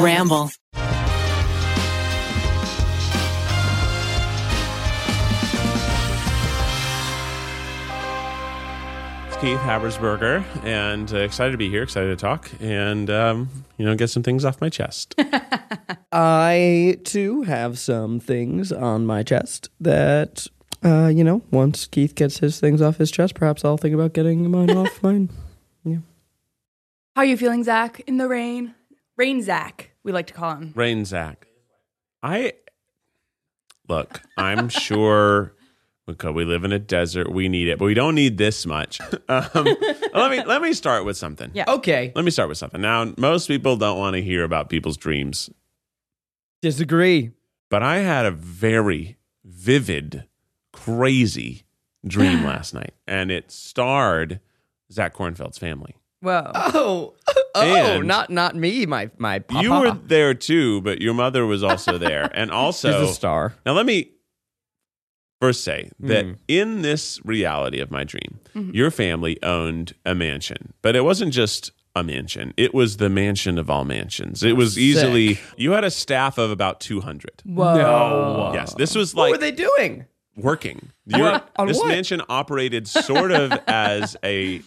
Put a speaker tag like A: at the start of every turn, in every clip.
A: Ramble.
B: It's Keith Habersberger, and uh, excited to be here, excited to talk, and um, you know, get some things off my chest.
C: I too have some things on my chest that, uh, you know, once Keith gets his things off his chest, perhaps I'll think about getting mine off mine.
D: How are you feeling, Zach? In the rain? Rain Zach, we like to call him.
B: Rain Zach, I look. I'm sure because we live in a desert, we need it, but we don't need this much. Um, let me let me start with something.
D: Yeah.
C: Okay.
B: Let me start with something. Now, most people don't want to hear about people's dreams,
C: Disagree.
B: but I had a very vivid, crazy dream last night, and it starred Zach Kornfeld's family.
D: Whoa.
C: Oh, oh,
B: And-
C: not not me. My my papa.
B: You were there too, but your mother was also there. And also,
C: She's a star.
B: now let me first say that
C: Mm.
B: in this reality of my dream, your family owned a mansion, but it wasn't just a mansion, it was the mansion of all mansions. It was easily,
C: Sick.
B: you had a staff of about 200.
D: Whoa.
B: Yes, this was
C: what
B: like
C: were they doing?
B: working. Your,
C: On
B: this
C: what?
B: mansion operated sort of as a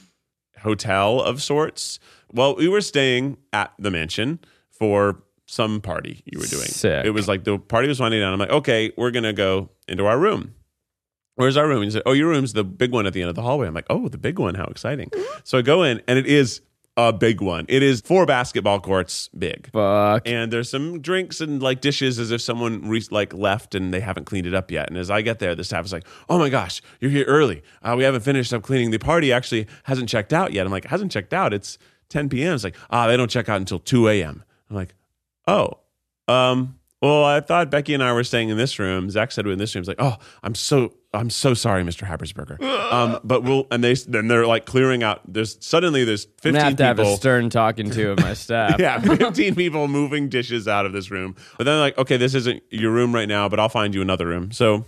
B: hotel of sorts. Well, we were staying at the mansion for some party you were doing.
C: Sick.
B: It was like the party was winding down. I'm like, okay, we're gonna go into our room. Where's our room? And he said, Oh, your room's the big one at the end of the hallway. I'm like, Oh, the big one. How exciting.
C: Mm-hmm.
B: So I go in, and it is a big one. It is four basketball courts big
C: Fuck.
B: and there's some drinks and like dishes as if someone re- like left and they haven't cleaned it up yet. And as I get there, the staff is like, "Oh my gosh, you're here early. Uh, we haven't finished up cleaning. The party actually hasn't checked out yet." I'm like, "Hasn't checked out? It's 10 p.m." It's like, "Ah, they don't check out until 2 a.m." I'm like, "Oh, um, well, I thought Becky and I were staying in this room. Zach said we're in this room. He's like, oh, I'm so, I'm so sorry, Mr. Habersberger. Um, but we'll, and they, then they're like clearing out. There's suddenly there's 15
C: I'm gonna have to have
B: people
C: a stern talking to of my staff.
B: yeah, 15 people moving dishes out of this room. But then, like, okay, this isn't your room right now, but I'll find you another room. So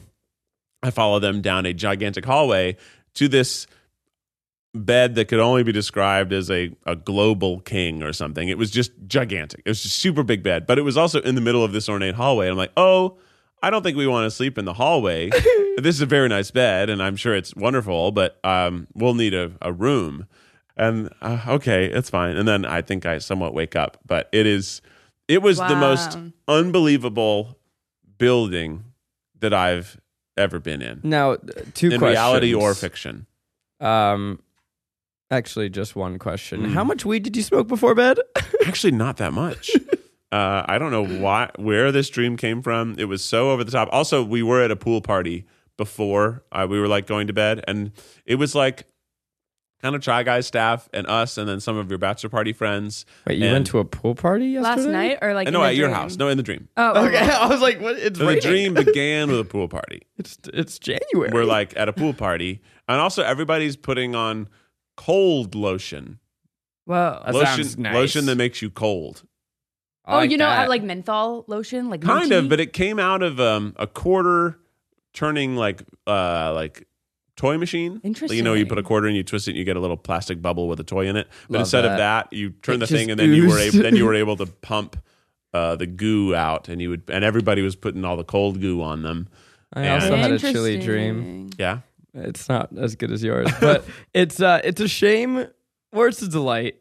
B: I follow them down a gigantic hallway to this bed that could only be described as a, a global king or something. It was just gigantic. It was just super big bed, but it was also in the middle of this ornate hallway. I'm like, oh, I don't think we want to sleep in the hallway. this is a very nice bed, and I'm sure it's wonderful, but um, we'll need a, a room. And uh, okay, it's fine. And then I think I somewhat wake up, but it is, it was the most
D: Wow.
B: unbelievable building that I've ever been in,
C: Now, uh, two
B: in
C: questions.
B: reality or fiction.
C: Um, actually, just one question.
B: Mm.
C: How much weed did you smoke before bed?
B: Actually, not that much. uh, I don't know why where this dream came from. It was so over the top. Also, we were at a pool party before uh, we were like going to bed, and it was like kind of Try Guys staff and us, and then some of your bachelor party friends.
C: Wait, you
B: And-
C: went to a pool party yesterday?
D: Last night or like
B: And
D: in
B: no,
D: the
B: at your
D: dream?
B: house. No, in the dream.
D: Oh,
C: Okay,
D: okay.
C: I was like, what? It's
B: So the
C: raining.
B: dream began with a pool party.
C: It's it's January.
B: We're like at a pool party, and also everybody's putting on cold lotion,
D: Whoa.
C: That
B: lotion,
C: sounds nice.
B: lotion that makes you cold.
C: I
D: oh, you know,
C: that.
D: I like menthol lotion, like
B: kind of but it came out of um, a quarter turning like uh like toy machine Like, you know you put a
D: Interesting.
B: quarter and you twist it and you get a little plastic bubble with a toy in it but
C: Love
B: instead of
C: that.
B: that you turn
C: It
B: the
C: just
B: thing and then you were
C: oozed.
B: able then you were able to pump uh, the goo out and you would and everybody was putting all the cold goo on them
C: I also
B: and-
C: had a chilly dream.
B: yeah
C: It's not as good as yours, but it's uh, it's a shame or it's a delight.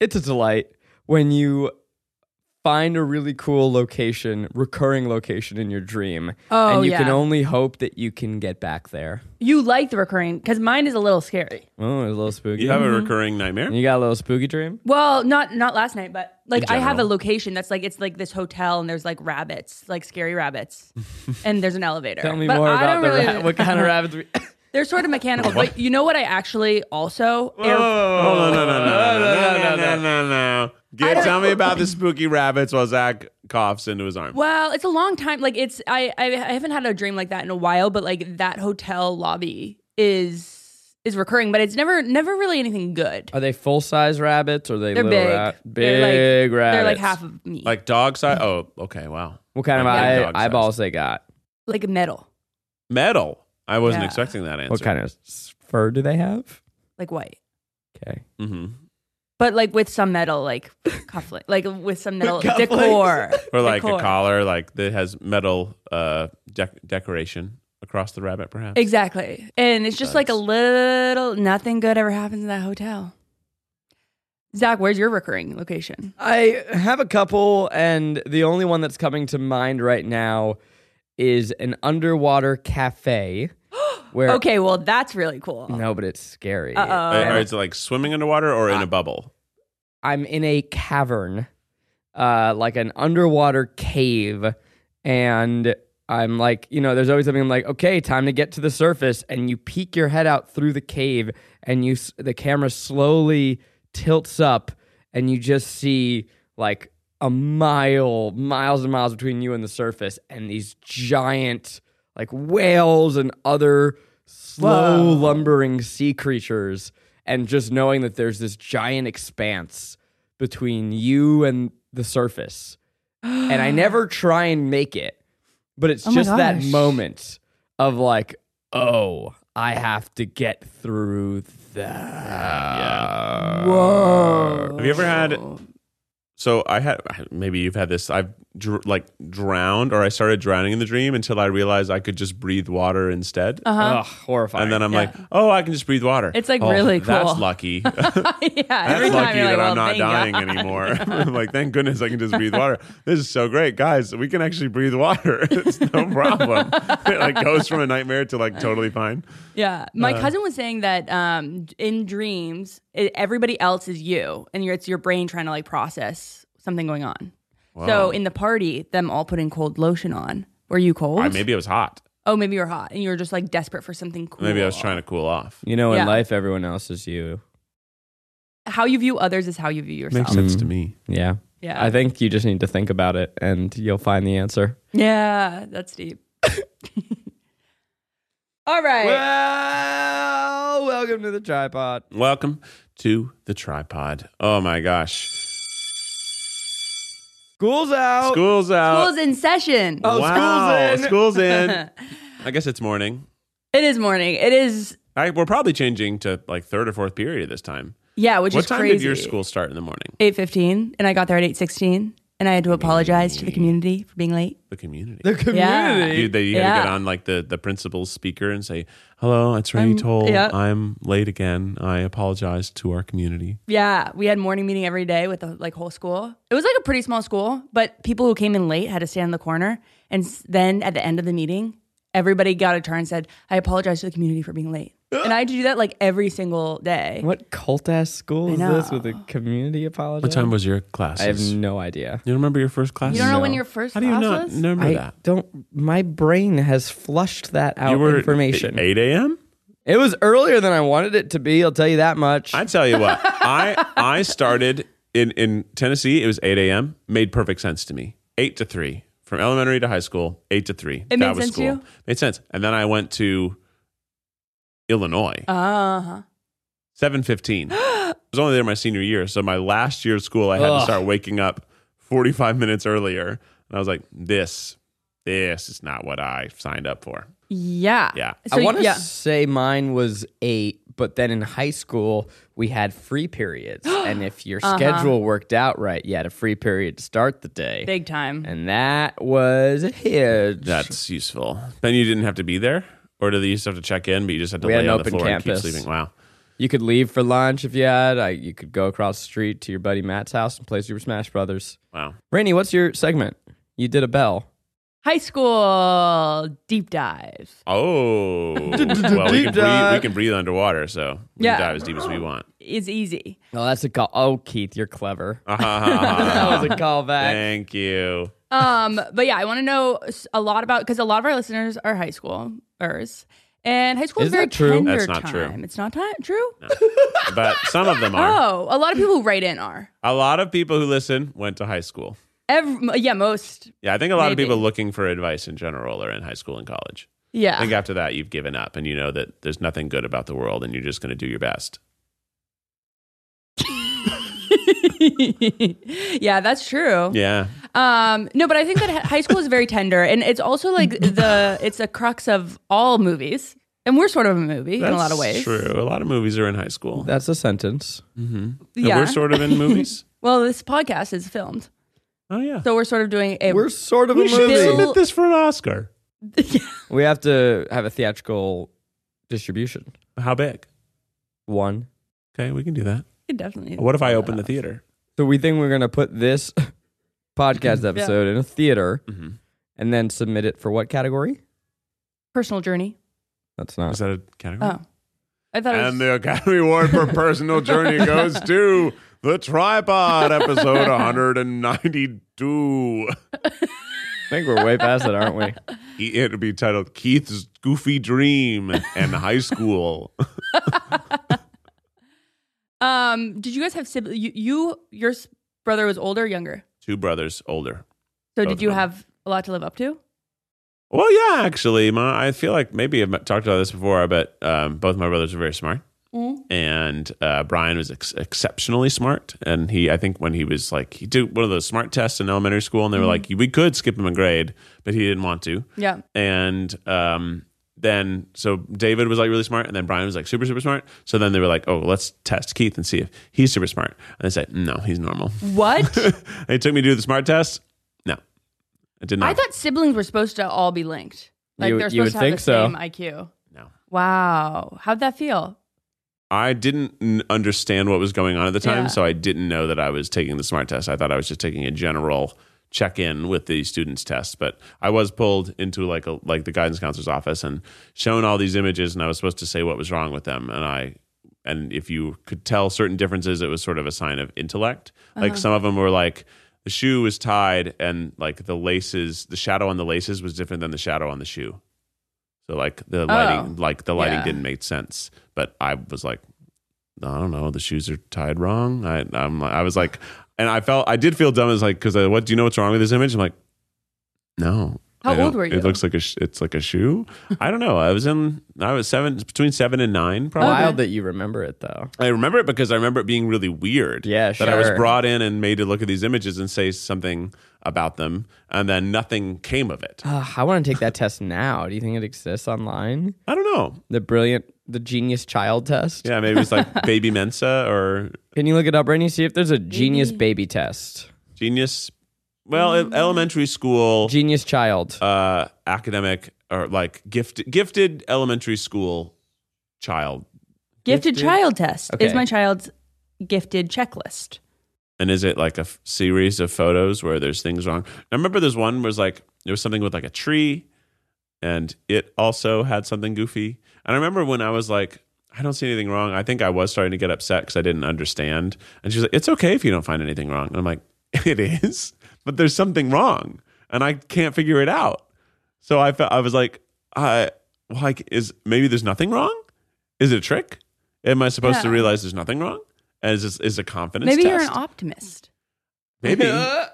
C: It's a delight when you find a really cool location, recurring location in your dream,
D: Oh,
C: and you
D: yeah.
C: can only hope that you can get back there.
D: You like the recurring because mine is a little scary.
C: Oh, a little spooky.
B: you have a recurring nightmare
C: You got a little spooky dream.
D: Well, not not last night, but like I have
B: general.
D: a location that's like it's like this hotel and there's like rabbits, like scary rabbits, and there's an elevator.
C: Tell me
D: But
C: more
D: I
C: about
D: don't
C: the
D: really-
C: ra- what kind of rabbits. We-
D: They're sort of mechanical, but you know what? I actually also air-
B: Oh, no, no, no, no, no, no,
C: no,
B: no, no, no, no. Get, tell me about the spooky rabbits while Zach coughs into his arm.
D: Well, it's a long time. Like it's I, I I haven't had a dream like that in a while, but like that hotel lobby is is recurring, but it's never never really anything good.
C: Are they full size rabbits or are they
D: They're
C: little
D: big.
C: rat-
D: They're
C: Big
D: like-
C: rabbits.
D: They're like half of me. Like
B: Uh, Like dog size. Oh, okay. Wow.
C: What kind of
B: like
C: eye,
B: dog size.
C: eyeballs they got?
D: like metal.
B: Metal. I wasn't
D: Yeah.
B: expecting that answer.
C: What kind of s- fur do they have?
D: Like white.
C: Okay.
B: Mm-hmm.
D: But like with some metal like cufflink. Like with some metal
B: cufflinks?
D: decor.
B: Or like
D: Decor.
B: a collar, like that has metal uh, dec- decoration across the rabbit, perhaps.
D: Exactly. And it's just like a little nothing good ever happens in that hotel. Zach, where's your recurring location?
C: I have a couple, and the only one that's coming to mind right now is an underwater cafe. Where
D: Okay, well that's really cool.
C: No, but it's scary.
D: Uh-oh.
B: Uh, or is it like swimming underwater or in a bubble?
C: I'm in a cavern, uh, like an underwater cave, and I'm like, you know, there's always something. I'm like, okay, time to get to the surface, and you peek your head out through the cave, and you s- the camera slowly tilts up, and you just see like a mile, miles and miles between you and the surface, and these giant like whales and other slow lumbering sea creatures and just knowing that there's this giant expanse between you and the surface and i never try and make it but it's
D: Oh my
C: just that
D: gosh.
C: moment of like oh i have to get through that
D: Whoa.
B: Have you ever had?
D: Oh.
B: So I had maybe you've had this. I've dr- like drowned, or I started drowning in the dream until I realized I could just breathe water instead.
D: Uh-huh.
C: Ugh, horrifying
B: And then I'm
D: Yeah.
B: like, oh, I can just breathe water.
D: It's, like,
B: Oh,
D: really
B: That's
D: cool.
B: lucky.
D: yeah.
B: That's
D: Every time
B: lucky
D: you're like,
B: that
D: well,
B: I'm not
D: thank
B: dying
D: God.
B: anymore. I'm like, thank goodness I can just breathe water. This is so great, guys. We can actually breathe water. It's no problem. it like goes from a nightmare to like totally fine.
D: Yeah, my
B: Uh.
D: cousin was saying that um, in dreams, i everybody else is you, and you're, it's your brain trying to like process something going on. So in the party, them all putting cold lotion on. Were you cold?
B: I, maybe it was hot.
D: Oh, maybe you're hot, and you were just like desperate for something cool.
B: Maybe I was trying to cool off.
C: you know in
D: Yeah.
C: life everyone else is you
D: How you view others is how you view yourself.
B: Makes sense to me.
C: yeah
D: Yeah,
C: i think you just need to think about it and you'll find the answer
D: yeah, that's deep. all right.
C: well welcome to the tripod
B: Welcome to the tripod. Oh my gosh.
C: school's out
B: Oh, School's out.
D: School's in session.
C: Oh,
B: wow.
C: school's in.
B: School's in. I guess it's morning.
D: It is morning. It is
B: I, we're probably changing to like third or fourth period this time.
D: yeah, which is
B: what time
D: crazy.
B: did your school start in the morning?
D: eight fifteen, and I got there at eight sixteen, and I had to apologize to the community for being late.
B: The community.
C: the
D: community.
B: you, they, you had to get
D: Yeah.
B: on like the, the principal's speaker and say, hello, it's Randy Toll.
D: yeah.
B: I'm late again. I apologize to our community.
D: Yeah, we had morning meeting every day with the like whole school. It was like a pretty small school, but people who came in late had to stand in the corner, and s- then at the end of the meeting, everybody got a turn and said, "I apologize to the community for being late." and I had to do that like every single day.
C: What cult ass school is this with a community apology?
B: What time was your class?
C: I have no idea.
B: you remember your first class?
D: You don't know
C: No.
D: when your first
B: How do you
D: class
B: not
D: was?
B: remember
C: I
B: that?
C: don't. My brain has flushed that out.
B: you were
C: information.
B: 8 a.m.?
C: It was earlier than I wanted it to be. I'll tell you that much.
B: I tell you what, I I started in in Tennessee. It was eight a.m. Made perfect sense to me. Eight to three from elementary to high school. Eight to three.
D: It
B: that
D: made
B: was
D: sense to
B: school.
D: you?
B: Made sense. And then I went to Illinois.
D: Uh-huh.
B: Seven fifteen. I was only there my senior year, so my last year of school, I had
C: Ugh.
B: to start waking up forty five minutes earlier, and I was like, this. This is not what I signed up for.
D: Yeah.
B: Yeah.
D: So,
C: I want to
D: yeah.
C: say mine was eight, but then in high school we had free periods, and if your
D: Uh-huh.
C: schedule worked out right, you had a free period to start the day,
D: big time.
C: and that was huge.
B: That's useful. Then you didn't have to be there, or did you just have to check in? But you just had to
C: We had
B: lay
C: an
B: on the
C: open
B: floor and
C: campus.
B: keep sleeping. Wow.
C: You could leave for lunch if you had. I, you could go across the street to your buddy Matt's house and play Super Smash Brothers.
B: Wow.
C: Rainey, what's your segment? You did a bell.
D: High school deep dive.
B: Oh, well, we
C: Deep
B: can, breathe, we
C: dive.
B: can breathe underwater, so we
D: Yeah.
B: can dive as deep as we want.
D: It's easy.
C: Oh, that's a call. Oh, Keith, you're clever. that was a
B: Ah,
C: callback.
B: Thank you.
D: Um, but yeah, I want to know s- a lot about because a lot of our listeners are high schoolers, and high school is
C: Is
D: very
C: that true?
D: tender
B: That's not true.
D: time. It's not time true.
B: But some of them are.
D: Oh, a lot of people who write in are.
B: A lot of people who listen went to high school.
D: Every, yeah, most.
B: Yeah, I think a lot
D: Maybe.
B: of people looking for advice in general are in high school and college. I think
D: Yeah.
B: after that, you've given up and you know that there's nothing good about the world and you're just going to do your best.
D: yeah, that's true.
B: Yeah.
D: Um, no, but I think that hi- high school is very tender, and it's also like the it's a crux of all movies, and we're sort of a movie in a lot of
B: That's
D: ways.
B: True. A lot of movies are in high school.
C: That's a sentence.
B: And
D: Yeah.
B: We're sort of in movies.
D: well, this podcast is filmed,
B: Oh, yeah.
D: so we're sort of doing a.
C: We're sort of
B: we
C: a
B: should
C: movie.
D: Bill-
B: submit this for an Oscar.
C: We have to have a theatrical distribution.
B: How big?
C: One.
B: Okay, we can do that.
D: It definitely. Uh,
B: What if I open the theater?
C: So we think we're gonna put this podcast episode in a theater
B: Mhm.
C: and then submit it for what category?
D: personal journey?
C: That's not.
B: Is that a category?
D: Oh, I thought. It was,
B: And the Academy Award for Personal Journey goes to the Tripod episode 192.
C: I think we're way past it, aren't we?
B: It'll be titled Keith's Goofy Dream and High School.
D: um, did you guys have siblings? You, you your s- brother was older, or younger.
B: Two brothers older.
D: So
B: Both
D: did you
B: of them.
D: have a lot to live up to?
B: Well, yeah, actually, my, I feel like maybe I've talked about this before, but um, both my brothers are very smart, and uh, Brian was ex- exceptionally smart. And he, I think, when he was like, he did one of those smart tests in elementary school, and they were like, we could skip him a grade, but he didn't want to.
D: Yeah.
B: And um, then, so David was like really smart, and then Brian was like super super smart. So then they were like, oh, let's test Keith and see if he's super smart. And they said, no, he's normal.
D: What?
B: they took me to do the smart test. No, I did not.
D: I thought siblings were supposed to all be linked. Like
C: You-
D: they're
C: you
D: supposed to
C: would
D: have
C: think so.
D: the same IQ.
B: no.
D: Wow. How'd that feel?
B: I didn't n- understand what was going on at the time,
D: Yeah.
B: so I didn't know that I was taking the smart test. I thought I was just taking a general check in with the students test, but I was pulled into like a like the guidance counselor's office and shown all these images and I was supposed to say what was wrong with them and I and if you could tell certain differences it was sort of a sign of intellect. Like some of them were like the shoe was tied and like the laces the shadow on the laces was different than the shadow on the shoe. So like the lighting, like the lighting
D: yeah.
B: didn't make sense. But I was like, I don't know, the shoes are tied wrong. I, I'm, I was like, and I felt, I did feel dumb as like, because what do you know what's wrong with this image? I'm like, no.
D: How
B: I don't-
D: old were you?
B: It looks like a, sh- it's like a shoe. I don't know. I was in, I was seven, between seven and nine, probably.
C: Wild that you remember it though.
B: I remember it because I remember it being really weird.
C: Yeah,
B: That I was
C: sure.
B: brought in and made to look at these images and say something about them, and then nothing came of it.
C: Uh, I want to take that test now. Do you think it exists online?
B: I don't know.
C: The brilliant, the genius child test.
B: Yeah, maybe it's like Baby Mensa or
C: Can you look it up, Rainy? See if there's a genius baby test.
B: genius well e- elementary school
C: Genius child.
B: uh academic or like gifted gifted elementary school child
D: Gifted, child test
C: Okay.
D: is my child's gifted checklist.
B: and is it like a f- series of photos where there's things wrong i remember there's one was like there was something with like a tree and it also had something goofy and i remember when i was like i don't see anything wrong i think i was starting to get upset because i didn't understand and she's like it's okay if you don't find anything wrong and i'm like it is but there's something wrong and i can't figure it out So I felt I was like, I well, like is maybe there's nothing wrong? Is it a trick? Am I supposed to
D: Yeah.
B: realize there's nothing wrong? And is this, is a confidence?
D: Maybe you're an
B: test?
D: optimist.
B: maybe.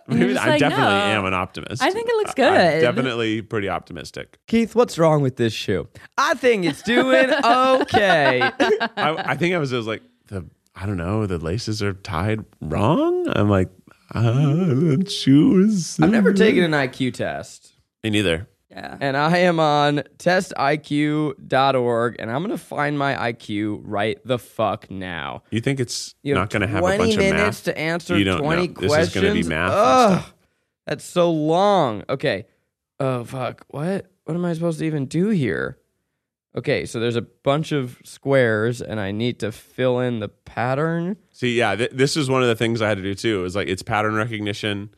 B: maybe
D: You're just
B: I
D: like,
B: definitely
D: no.
B: am an optimist.
D: I think it looks
B: I- I'm
D: good.
B: definitely pretty optimistic.
C: Keith, what's wrong with this shoe? I think it's doing okay.
B: I, I think I was, I was like the I don't know the laces are tied wrong. I'm like ah, the shoes.
C: I've never taken an IQ test.
B: me neither.
D: Yeah.
C: And I am on testiq.org and I'm going to find my IQ right the fuck now.
B: You think it's
C: You have
B: not going to have a
C: 20
B: bunch of
C: minutes
B: math
C: to answer
B: You don't
C: 20
B: know.
C: questions.
B: This is gonna be math and
C: Ugh, that's so long. Okay. Oh fuck. What? What am I supposed to even do here? Okay, so there's a bunch of squares and I need to fill in the pattern.
B: See, yeah, th- this is one of the things I had to do too. It was like it's pattern recognition,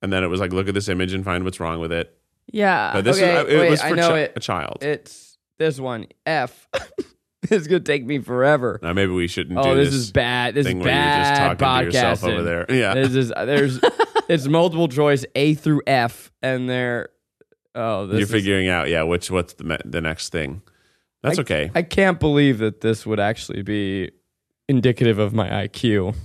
B: and then it was like look at this image and find what's wrong with it.
D: Yeah.
B: But this
C: okay,
B: is, uh, it
C: wait,
B: was
C: I
B: for
C: know
B: chi-
C: it.
B: a child.
C: It's this one F. it's going to take me forever.
B: now maybe we shouldn't.
C: Oh,
B: do
C: this,
B: this,
C: is bad. This is
B: thing where you're just
C: bad
B: talking to yourself
C: podcasting.
B: over there. Yeah.
C: This is there's it's multiple choice A through F, and they're oh this
B: You're
C: is-
B: figuring out, yeah, which what's the, me- the next thing. That's okay.
C: I can't believe that this would actually be indicative of my IQ.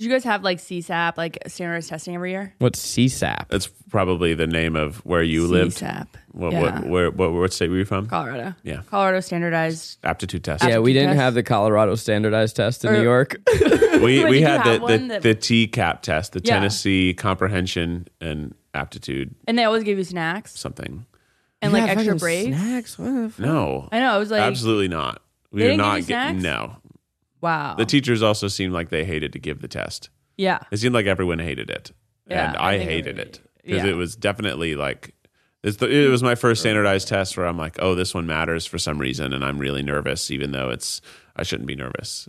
D: Did you guys have like CSAP, like standardized testing every year?
C: What's CSAP?
B: That's probably the name of where you lived.
D: CSAP.
B: What,
D: yeah.
B: what, where, what, what state were you from?
D: Colorado.
B: Yeah.
D: Colorado standardized.
B: Aptitude test.
C: Yeah, we
D: Aptitude
C: didn't
D: test?
C: have the Colorado standardized test in
D: Or-
C: New York.
B: we
D: Wait,
B: we
D: did you
B: had
D: have
B: the,
D: one
B: the,
D: that-
B: the TCAP test, the
D: Yeah.
B: Tennessee Comprehension and Aptitude
D: And they always gave you snacks
B: something.
D: and like extra braids.
C: Snacks. What the fuck?
B: No,
D: I know. I was like,
B: absolutely not. We
D: They
B: did
D: didn't give
B: not
D: you
B: get
D: snacks?
B: no.
D: wow.
B: The teachers also seemed like they hated to give the test.
D: yeah.
B: It seemed like everyone hated it,
D: Yeah,
B: and
D: I
B: I,
D: think
B: hated
D: everybody-
B: it because
D: yeah.
B: it was definitely like it's the, it was my first standardized test where I'm like, oh, this one matters for some reason, and I'm really nervous, even though it's I shouldn't be nervous.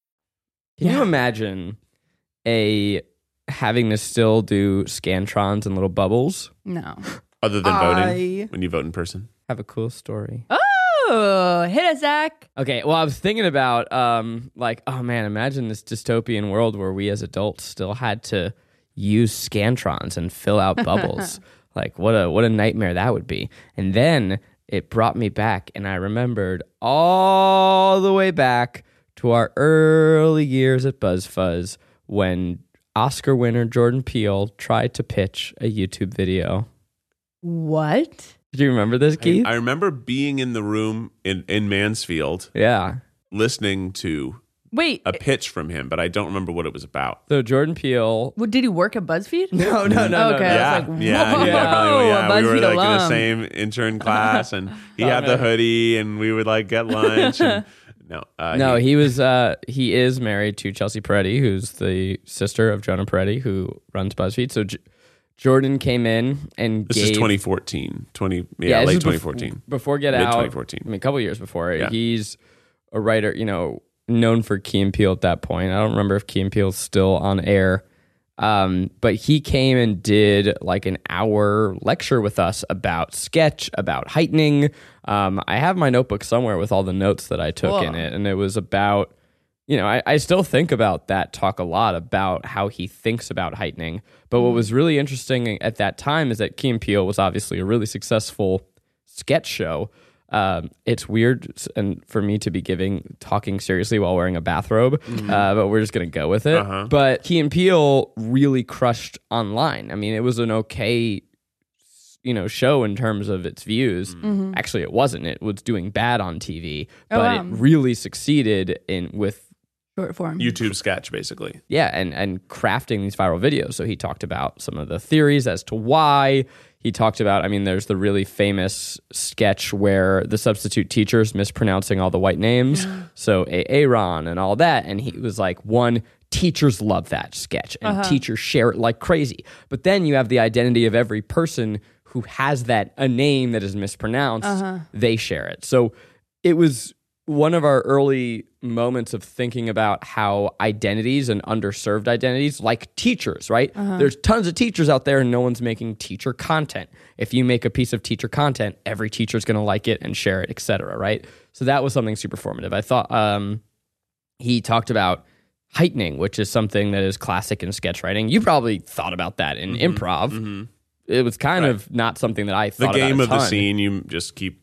C: Can you imagine a having to still do scantrons and little bubbles?
D: No.
B: Other than
C: I-
B: voting, when you vote in person,
C: Have a cool story.
D: Oh, hit us, Zach.
C: Okay, well, I was thinking about um, like, oh man, imagine this dystopian world where we as adults still had to use scantrons and fill out bubbles. like, what a what a nightmare that would be. And then it brought me back, and I remembered all the way back to our early years at BuzzFuzz when Oscar winner Jordan Peele tried to pitch a YouTube video.
D: What?
C: Do you remember this, Keith?
B: I remember being in the room in in Mansfield
C: yeah.
B: listening to
D: Wait. eh,
B: a pitch from him, but I don't remember what it was about.
C: So Jordan Peele.
D: What, did he work at BuzzFeed?
C: Oh, No, no, no, no, no.
D: Okay. Yeah.
B: yeah,
D: was like,
B: yeah,
D: whoa,
B: yeah, probably, yeah. We
D: BuzzFeed
B: were like in the
D: alum.
B: same intern class, and he
C: Oh,
B: had
C: no.
B: the hoodie, and we would like get lunch. And, no, uh,
C: No, he was. Uh, he is married to Chelsea Peretti, who's the sister of Jonah Peretti, who runs BuzzFeed. So J- Jordan came in and
B: This
C: gave,
B: is 2014, 20, yeah,
C: this
B: late
C: is bef-
B: 2014.
C: before Get
B: Mid
C: Out,
B: 2014.
C: I mean, a couple years before.
B: Yeah.
C: He's a writer, you know, known for Key and Peele at that point. I don't remember if Key and Peele's still on air, um, but he came and did like an hour lecture with us about sketch, about heightening. Um, I have my notebook somewhere with all the notes that I took in it, and it was about you know, I, I still think about that talk a lot about how he thinks about heightening. But
B: Hmm.
C: what was really interesting at that time is that Key and Peele was obviously a really successful sketch show. Um, it's weird s- and for me to be giving talking seriously while wearing a bathrobe, uh, but we're just gonna go with it. But Key and Peele really crushed online. I mean, it was an okay you know show in terms of its views. Actually, it wasn't. It was doing bad on TV,
D: Mm-hmm. Oh,
C: but
D: wow.
C: it really succeeded in with
D: Short form.
B: YouTube sketch, basically.
C: yeah, and and crafting these viral videos. So he talked about some of the theories as to why. He talked about, I mean, there's the really famous sketch where the substitute teacher's mispronouncing all the white names. so Aaron and all that. And he was like, one, teachers love that sketch and teachers share it like crazy. But then you have the identity of every person who has that a name that is mispronounced, they share it. So it was one of our early moments of thinking about how identities and underserved identities, like teachers, right? There's tons of teachers out there and no one's making teacher content. If you make a piece of teacher content, every teacher's going to like it and share it, et cetera, right? So that was something super formative. I thought um, he talked about heightening, which is something that is classic in sketch writing. You probably thought about that in improv. It was kind of not something that I
B: The
C: thought
B: game
C: about a
B: of the
C: ton.
B: scene, you just keep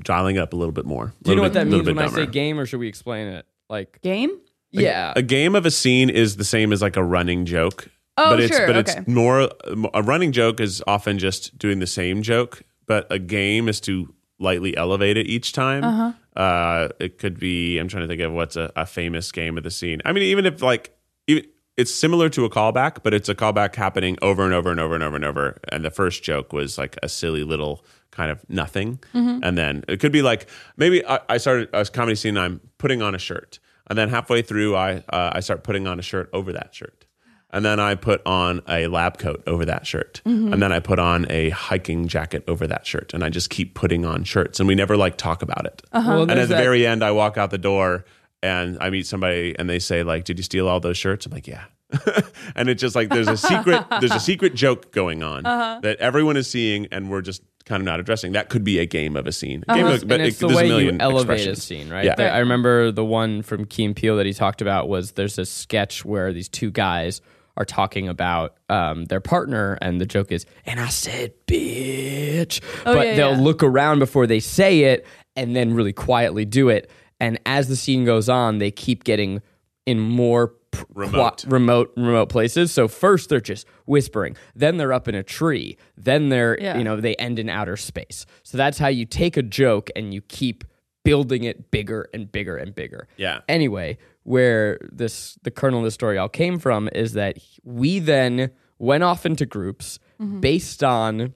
B: dialing up a little bit more.
C: Do you know
B: Little
C: what
B: bit-
C: that means
B: little
C: when
B: bit
C: I say
B: dumber.
C: game, or should we explain it? Like, uh,
D: Game?
C: yeah,
B: A game of a scene is the same as like a running joke.
D: Oh,
B: but it's,
D: sure,
B: But
D: okay.
B: it's more, a running joke is often just doing the same joke, but a game is to lightly elevate it each time. Uh-huh. Uh, it could be. I'm trying to think of what's a, a famous game of the scene. I mean, even if like even, it's similar to a callback, but it's a callback happening over and over and over and over and over. And the first joke was like a silly little kind of nothing,
D: Mm-hmm.
B: and then it could be like maybe I, I started a comedy scene. I'm putting on a shirt, and then halfway through, I uh, I start putting on a shirt over that shirt. And then I put on a lab coat over that shirt.
C: Mm-hmm.
B: And then I put on a hiking jacket over that shirt. And I just keep putting on shirts and we never like talk about it.
C: Uh-huh. Well,
B: and at
C: there's
B: the
C: that-
B: very end, I walk out the door and I meet somebody and they say, like, did you steal all those shirts? I'm like, yeah. and it's just like there's a secret there's a secret joke going on
C: Uh-huh.
B: that everyone is seeing and we're just kind of not addressing. That could be a game of a scene. A game of,
C: Uh-huh. and it's the
B: there's a
C: way you
B: million
C: elevate a
B: expressions.
C: scene, right?
B: Yeah.
C: Th- I remember the one from Key and Peele that he talked about was there's this sketch where these two guys are talking about um, their partner, and the joke is, and I said, bitch. but
D: yeah,
C: they'll
D: yeah.
C: look around before they say it and then really quietly do it. And as the scene goes on, they keep getting in more p-
B: Remote.
C: remote remote places. So first they're just whispering, then they're up in a tree, then they're
D: Yeah.
C: you know they end in outer space. So that's how you take a joke and you keep building it bigger and bigger and bigger.
B: Yeah.
C: Anyway, where this the kernel of the story all came from is that we then went off into groups
B: Mm-hmm.
C: based on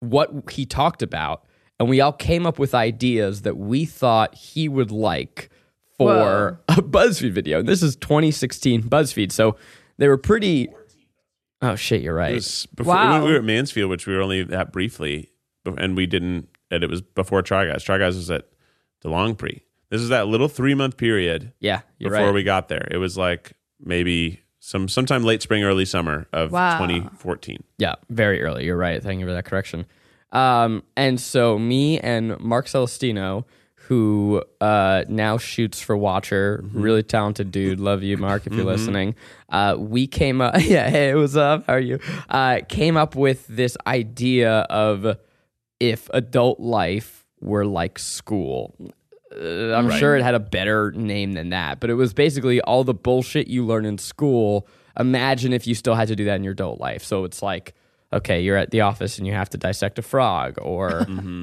C: what he talked about and we all came up with ideas that we thought he would like for a BuzzFeed video. This is 2016 BuzzFeed. So they were pretty Oh shit, you're right.
B: It was before
D: Wow.
B: we were at Mansfield, which we were only at briefly, but- and we didn't. And it was before Try Guys. Try Guys was at DeLongpre. This is that little three month period
C: yeah, you're
B: before
C: right.
B: we got there. It was like maybe some sometime late spring, early summer of
D: Wow.
B: 2014.
C: Yeah, very early. You're right. Thank you for that correction. Um, and so me and Mark Celestino, who uh, now shoots for Watcher, really talented dude. Love you, Mark, if you're listening. Uh, we came up. Yeah, hey, what's up? How are you? Uh, came up with this idea of if adult life were like school. Uh, I'm sure it had a better name than that, but it was basically all the bullshit you learn in school. Imagine if you still had to do that in your adult life. So it's like, okay, you're at the office and you have to dissect a frog, or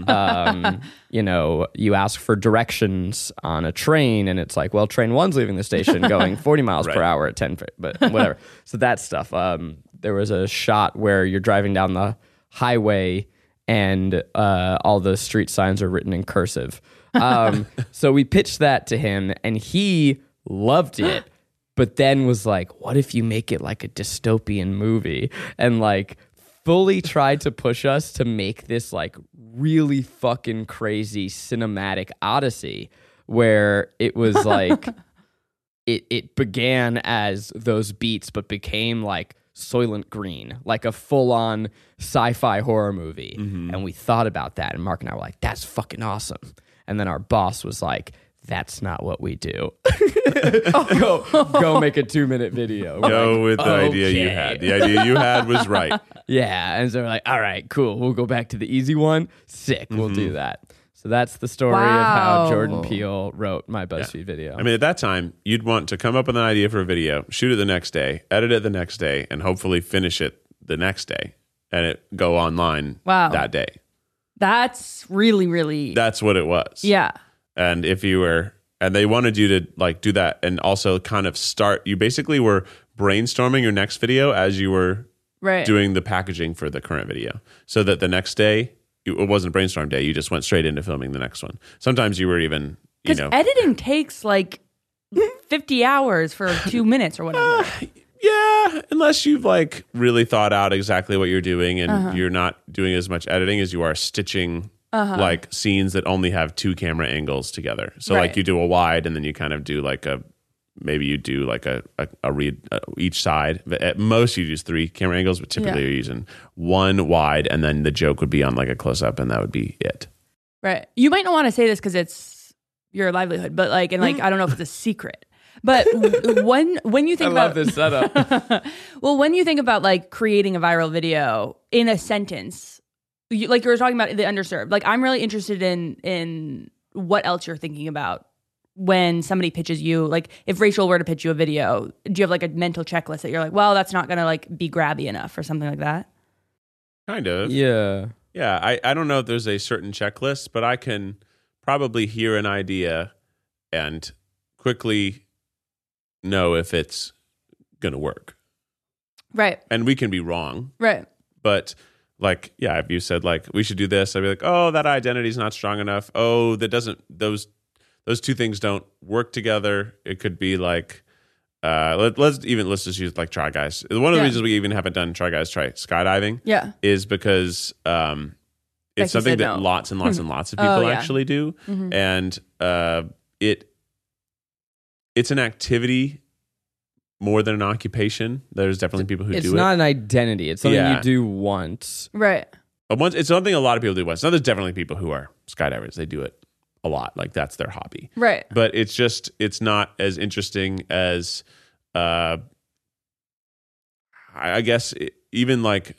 C: um, you know, you ask for directions on a train, and it's like, well, train one's leaving the station, going 40 miles per hour at 10, fi- but whatever. so that stuff. Um, there was a shot where you're driving down the highway and uh, all the street signs are written in cursive. Um, so we pitched that to him, and he loved it. But then was like, "What if you make it like a dystopian movie?" And like, fully tried to push us to make this like really fucking crazy cinematic odyssey, where it was like it it began as those beats but became like Soylent Green, like a full on sci fi horror movie.
B: Mm-hmm.
C: And we thought about that and Mark and I were like, that's fucking awesome. And then our boss was like, that's not what we do. go go make a two minute video. We're
B: Go
C: like,
B: with the idea you
C: Oh "Okay."
B: had. The idea you had was right.
C: Yeah. And so we're like, all right, cool. We'll go back to the easy one. Sick. We'll
B: Mm-hmm.
C: do that. So that's the story of how
D: Wow.
C: Jordan Peele wrote my BuzzFeed video.
B: I mean, at that time, you'd want to come up with an idea for a video, shoot it the next day, edit it the next day, and hopefully finish it the next day, and it go online
D: Wow.
B: that day.
D: That's really, really.
B: That's what it was.
D: yeah.
B: and if you were and they wanted you to like do that and also kind of start you basically were brainstorming your next video as you were
D: Right.
B: doing the packaging for the current video so that the next day you- it wasn't brainstorm day you just went straight into filming the next one sometimes you were even you
D: Because
B: know
D: editing takes like 50 hours for two minutes or whatever.
B: yeah unless you've like really thought out exactly what you're doing and
D: Uh-huh.
B: you're not doing as much editing as you are stitching
D: Uh-huh.
B: like scenes that only have two camera angles together so like
D: Right.
B: you do a wide and then you kind of do like a maybe you do like a, a, a read uh, each side. But At most, you use three camera angles, but typically
D: Yeah.
B: you're using one wide, and then the joke would be on like a close up, and that would be it.
D: Right. You might not want to say this because it's your livelihood, but like, and like, I don't know if it's a secret. But w- when when you think
C: Mm. I
D: about
C: love this setup.
D: well, when you think about like creating a viral video in a sentence, you, like you were talking about the underserved. Like I'm really interested in in what else you're thinking about when somebody pitches you. Like if Rachel were to pitch you a video, do you have like a mental checklist that you're like, well, that's not gonna like be grabby enough or something like that?
B: Kind of.
C: yeah.
B: Yeah, I, I don't know if there's a certain checklist, but I can probably hear an idea and quickly know if it's going to work.
D: Right.
B: And we can be wrong,
D: Right.
B: but like, yeah, if you said like we should do this, I'd be like, oh, that identity's not strong enough. Oh, that doesn't those those two things don't work together. It could be like. Uh, let, let's even let's just use like try guys. One of the
D: Yeah.
B: reasons we even haven't done try guys try skydiving
D: Yeah.
B: is because um, it's
D: Becky
B: something
D: said
B: that
D: no.
B: lots and lots and lots of
D: Oh,
B: people
D: yeah.
B: actually do,
D: Mhm.
B: and uh, it it's an activity more than an occupation. There's definitely people who
C: it's
B: do
C: not
B: it.
C: an identity. It's something
B: Yeah.
C: you do once.
D: Right.
B: But once it's something a lot of people do once. Now there's definitely people who are skydivers. They do it a lot. Like that's their hobby.
D: Right.
B: But it's just it's not as interesting as uh I I guess it, even like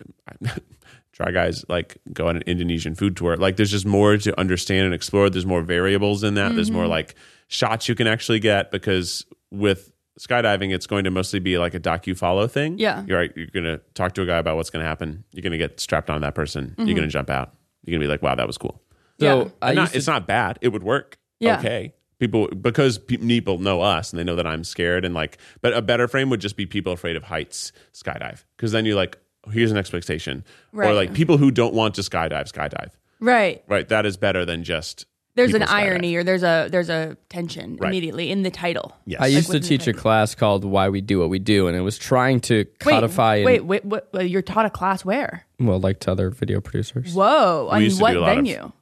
B: try guys like go on an Indonesian food tour. Like there's just more to understand and explore. There's more variables in that. There's more like shots you can actually get because with skydiving it's going to mostly be like a docu follow thing.
D: Yeah.
B: You're right, you're gonna talk to a guy about what's gonna happen. You're gonna get strapped on that person. You're gonna jump out. You're gonna be like, wow, that was cool.
C: So
D: Yeah.
C: I
B: Not-
C: used to
B: it's not bad. It would work.
D: Yeah.
B: Okay. People because pe- people know us and they know that I'm scared and like, but a better frame would just be people afraid of heights skydive because then you're like, oh, here's an expectation, or
D: Right.
B: like people who don't want to skydive skydive.
D: Right.
B: Right. That is better than just
D: There's
B: people
D: an
B: skydive.
D: irony or there's a there's a tension
B: Right.
D: immediately in the title.
B: Yes.
C: I used to
D: within the
C: teach a
D: thing.
C: class called "Why We Do What We Do," and it was trying to codify. and-
D: Wait, wait, wait, what, well, you're taught a class where?
C: well, like to other video producers,
D: Whoa, on
B: used to
D: what
B: do a lot of-
D: venue?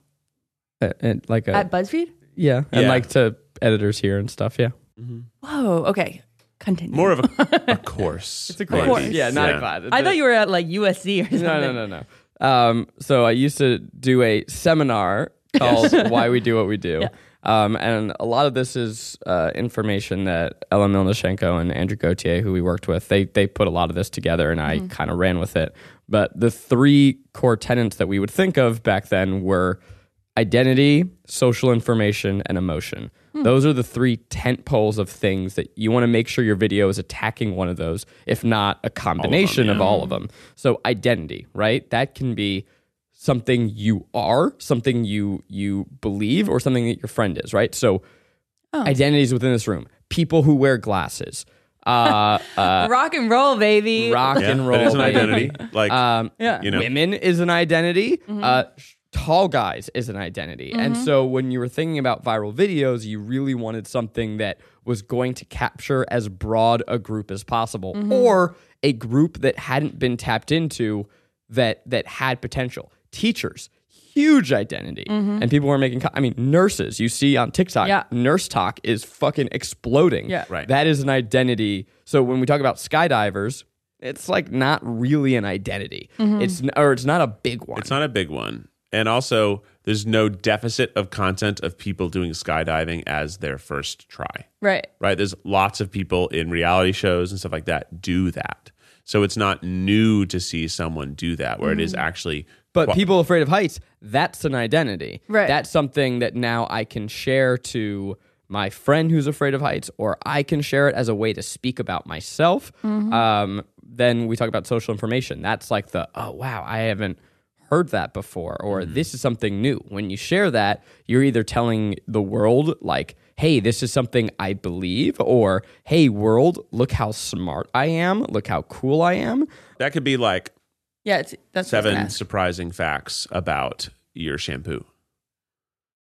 C: and, and like a
D: At BuzzFeed?
C: yeah, and
B: Yeah.
C: like to editors here and stuff. Yeah,
D: Whoa, okay. Continue.
B: more of a, a course. It's a
D: course. Course. Yeah,
C: not
B: Yeah.
C: a class.
D: I thought you were at like USC or something.
C: No, no, no, no. Um, so I used to do a seminar called "Why We Do What We Do," um, and a lot of this is uh, information that Ella Milnashenko and Andrew Gauthier, who we worked with, they they put a lot of this together, and I kind of ran with it. But the three core tenets that we would think of back then were identity, social information, and emotion. Those are the three tent poles of things that you want to make sure your video is attacking one of those, if not a combination of all of them. So identity, right? That can be something you are, something you you believe, or something that your friend is, right? So identities within this room. People who wear glasses. Uh, uh,
D: Rock and roll, baby.
C: rock
B: Yeah,
C: and
B: but
C: roll.
B: it's an
C: baby.
B: identity. Like
C: Um,
D: Yeah.
B: you know.
C: Women is an identity.
D: Mm-hmm.
C: Uh, sh- tall guys is an identity. And so when you were thinking about viral videos, you really wanted something that was going to capture as broad a group as possible
D: Mm-hmm.
C: or a group that hadn't been tapped into that that had potential. Teachers, huge identity. And people were making co- I mean nurses, you see on TikTok,
D: Mm-hmm. Yeah.
C: nurse talk is fucking exploding.
D: Yeah.
B: Right.
C: That is an identity. So when we talk about skydivers, it's like not really an identity. It's n- or it's not a big one.
B: Mm-hmm. It's not a big one. And also, there's no deficit of content of people doing skydiving as their first try,
D: Right.
B: right? There's lots of people in reality shows and stuff like that do that. So it's not new to see someone do that where it is
D: Mm-hmm.
B: actually.
C: but
B: qua-
C: people afraid of heights, that's an identity.
D: Right.
C: That's something that now I can share to my friend who's afraid of heights, or I can share it as a way to speak about myself. Um, then we talk about social information. That's like the oh wow, I haven't heard that before, or this is something new. When you share that, you're either telling the world like, hey, this is something I believe, or hey, world, look how smart I am, look how cool I am.
B: that could be like
D: Yeah, it's, that's what I was gonna
B: seven
D: ask.
B: surprising facts about your shampoo.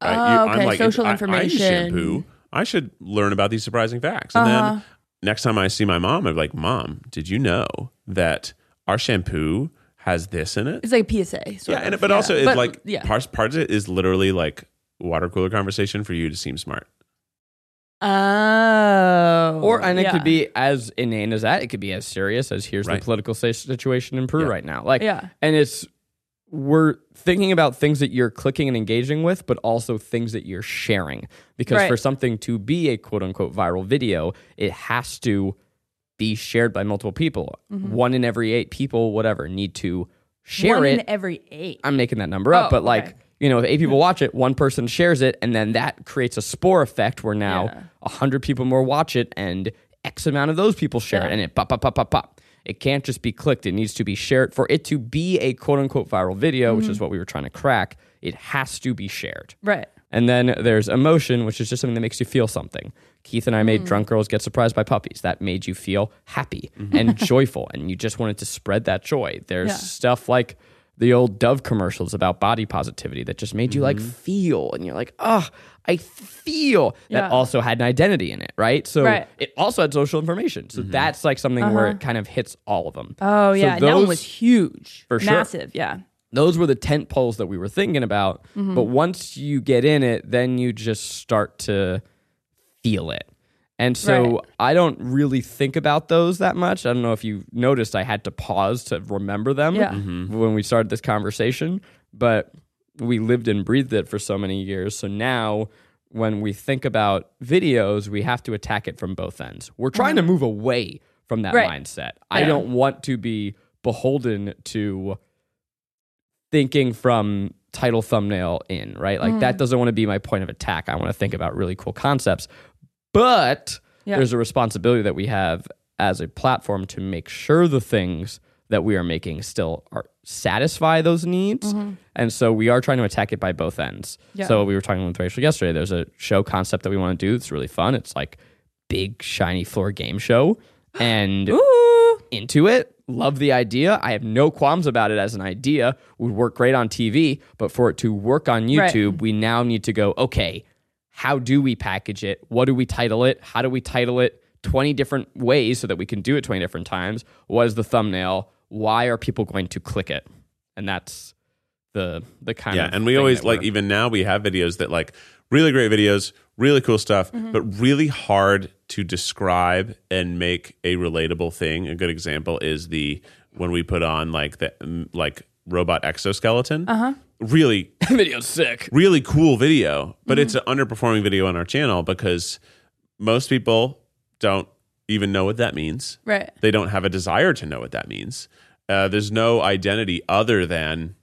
D: Oh,
B: Right? You-
D: okay. Social
B: I-
D: information.
B: I, use shampoo. I should learn about these surprising facts. And
D: Uh-huh.
B: then next time I see my mom, I'm like, Mom, did you know that our shampoo has this in it?
D: It's like a PSA. Sort
B: yeah, and
D: of.
B: it- but also it's
D: But,
B: like
D: yeah.
B: parts parts of it is literally like water cooler conversation for you to seem smart.
D: Oh.
C: Or and it
D: yeah.
C: could be as inane as that. It could be as serious as here's
B: Right.
C: the political sa- situation in Peru
B: Yeah.
C: right now. Like,
D: Yeah.
C: and it's we're thinking about things that you're clicking and engaging with, but also things that you're sharing. Because
D: Right.
C: for something to be a quote unquote viral video, it has to be shared by multiple people. One in every eight people, whatever, need to share
D: Mm-hmm. one
C: it.
D: in every eight.
C: I'm making that number up,
D: Oh,
C: but like,
D: okay.
C: you know, if eight people watch it, one person shares it, and then that creates a spore effect where now a hundred people more watch it, and X amount of those people share it, and it pop, pop, pop, pop, pop. It can't just be clicked, it needs to be shared. For it to be a quote unquote viral video,
D: Mm-hmm.
C: which is what we were trying to crack, it has to be shared.
D: Right.
C: And then there's emotion, which is just something that makes you feel something. Keith and I
D: Mm.
C: made drunk girls get surprised by puppies. That made you feel happy and joyful, and you just wanted to spread that joy. There's
D: Mm-hmm. Yeah.
C: stuff like the old Dove commercials about body positivity that just made you like
D: Mm-hmm.
C: feel, and you're like, oh, I feel.
D: Yeah.
C: That also had an identity in it, right? So
D: Right. Mm-hmm. Uh-huh.
C: it also had social information. So that's like something where it kind of hits all of them.
D: Oh
C: So
D: yeah, and that one
C: those-
D: was huge,
C: For sure.
D: massive. Yeah,
C: those were the tent poles that we were thinking about.
D: Mm-hmm.
C: But once you get in it, then you just start to feel it. And so
D: Right.
C: I don't really think about those that much. I don't know if you noticed, I had to pause to remember them
D: Yeah.
C: when we started this conversation, but we lived and breathed it for so many years. So now when we think about videos, we have to attack it from both ends. We're trying to move away from that
D: Right.
C: mindset. I don't want to be beholden to thinking from title thumbnail in, right? Like
D: Mm.
C: that doesn't want to be my point of attack. I want to think about really cool concepts. But
D: Yeah.
C: there's a responsibility that we have as a platform to make sure the things that we are making still are satisfy those needs. And so we are trying to attack it by both ends.
D: Mm-hmm. Yeah.
C: So we were talking with Rachel yesterday. There's a show concept that we want to do. It's really fun. It's like big shiny floor game show. And into it. Love the idea. I have no qualms about it as an idea. Would work great on TV, but for it to work on
D: Right.
C: YouTube, we now need to go, okay, how do we package it? What do we title it? How do we title it 20 different ways so that we can do it 20 different times? What is the thumbnail? Why are people going to click it? And that's the the kind
B: yeah
C: of
B: and we
C: thing
B: always
C: that
B: like e
C: we're-
B: even now we have videos that like really great videos really cool stuff
C: Mm-hmm.
B: but really hard to describe and make a relatable thing a good example is the when we put on like the mm, like robot exoskeleton uh-huh really
C: video sick.
B: really cool video,
C: Mm-hmm.
B: but it's an underperforming video on our channel because most people don't even know what that means.
D: Right.
B: They don't have a desire to know what that means. Uh, there's no identity other than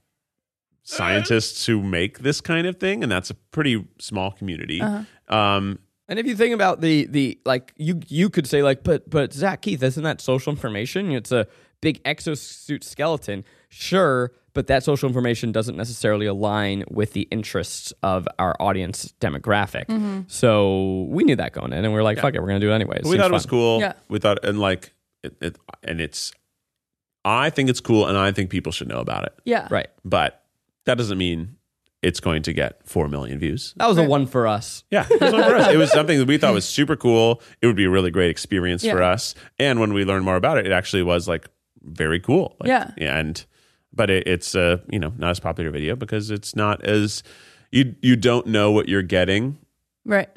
B: scientists who make this kind of thing, and that's a pretty small community. Um,
C: And if you think about the the like you you could say like but but Zach Keith isn't that social information? It's a big exosuit skeleton. Sure, but that social information doesn't necessarily align with the interests of our audience demographic.
D: Mm-hmm.
C: So we knew that going in, and we were like, "Fuck it, we're gonna do it anyway." It
B: we
C: seems
B: thought it was
C: fun.
B: cool.
D: Yeah.
B: We thought and like it, it, and it's. I think it's cool, and I think people should know about it.
D: yeah,
C: right?
B: But that doesn't mean it's going to get four million views.
C: That was a one for us.
B: Yeah, it was, one for us. It was something that we thought was super cool. It would be a really great experience for
D: Yeah.
B: us. And when we learned more about it, it actually was like very cool. Like,
D: Yeah.
B: and but it, it's uh you know not as popular video because it's not as you you don't know what you're getting.
D: right.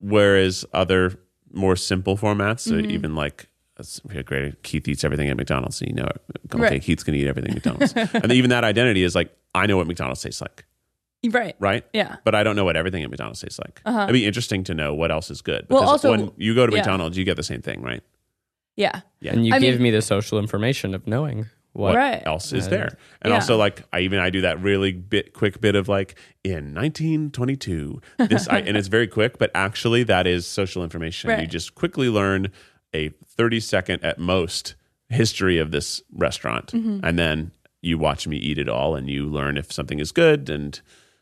B: Whereas other more simple formats, so even like that's we had great Keith eats everything at McDonald's, and you know, okay,
D: Right.
B: Keith's gonna eat everything at McDonald's, and even that identity is like I know what McDonald's tastes like,
D: Right.
B: right?
D: Yeah.
B: but I don't know what everything at McDonald's tastes like. It'd be interesting to know what else is good.
D: Uh-huh. Well,
B: Because
D: also-
B: when you go to
D: yeah.
B: McDonald's, you get the same thing, right?
D: Yeah.
B: Yeah.
C: And you
D: I
C: give
D: mean-
C: me the social information of knowing what.
D: Right.
B: Else is there, and
D: Yeah.
B: also like I even I do that really bit quick bit of like in 1922 this I, and it's very quick, but actually that is social information. You
D: Right.
B: just quickly learn a 30 second at most history of this restaurant,
D: Mm-hmm.
B: and then you watch me eat it all, and you learn if something is good and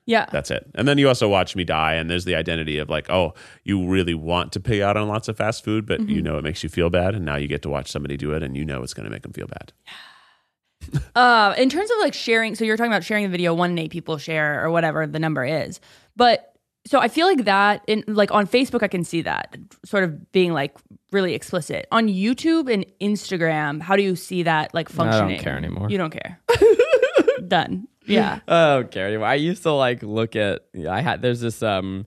D: Yeah.
B: That's it. And then you also watch me die, and there's the identity of like, oh, you really want to pay out on lots of fast food, but
D: Mm-hmm.
B: you know it makes you feel bad, and now you get to watch somebody do it, and you know it's going to make them feel bad.
D: Uh, in terms of like sharing, so you're talking about sharing the video, one in eight people share or whatever the number is. But so I feel like that in like on Facebook, I can see that sort of being like really explicit. On YouTube and Instagram, how do you see that like functioning?
C: care anymore.
D: You don't care. Done. Yeah.
C: Oh, Gary, I used to like look at. I had there's this um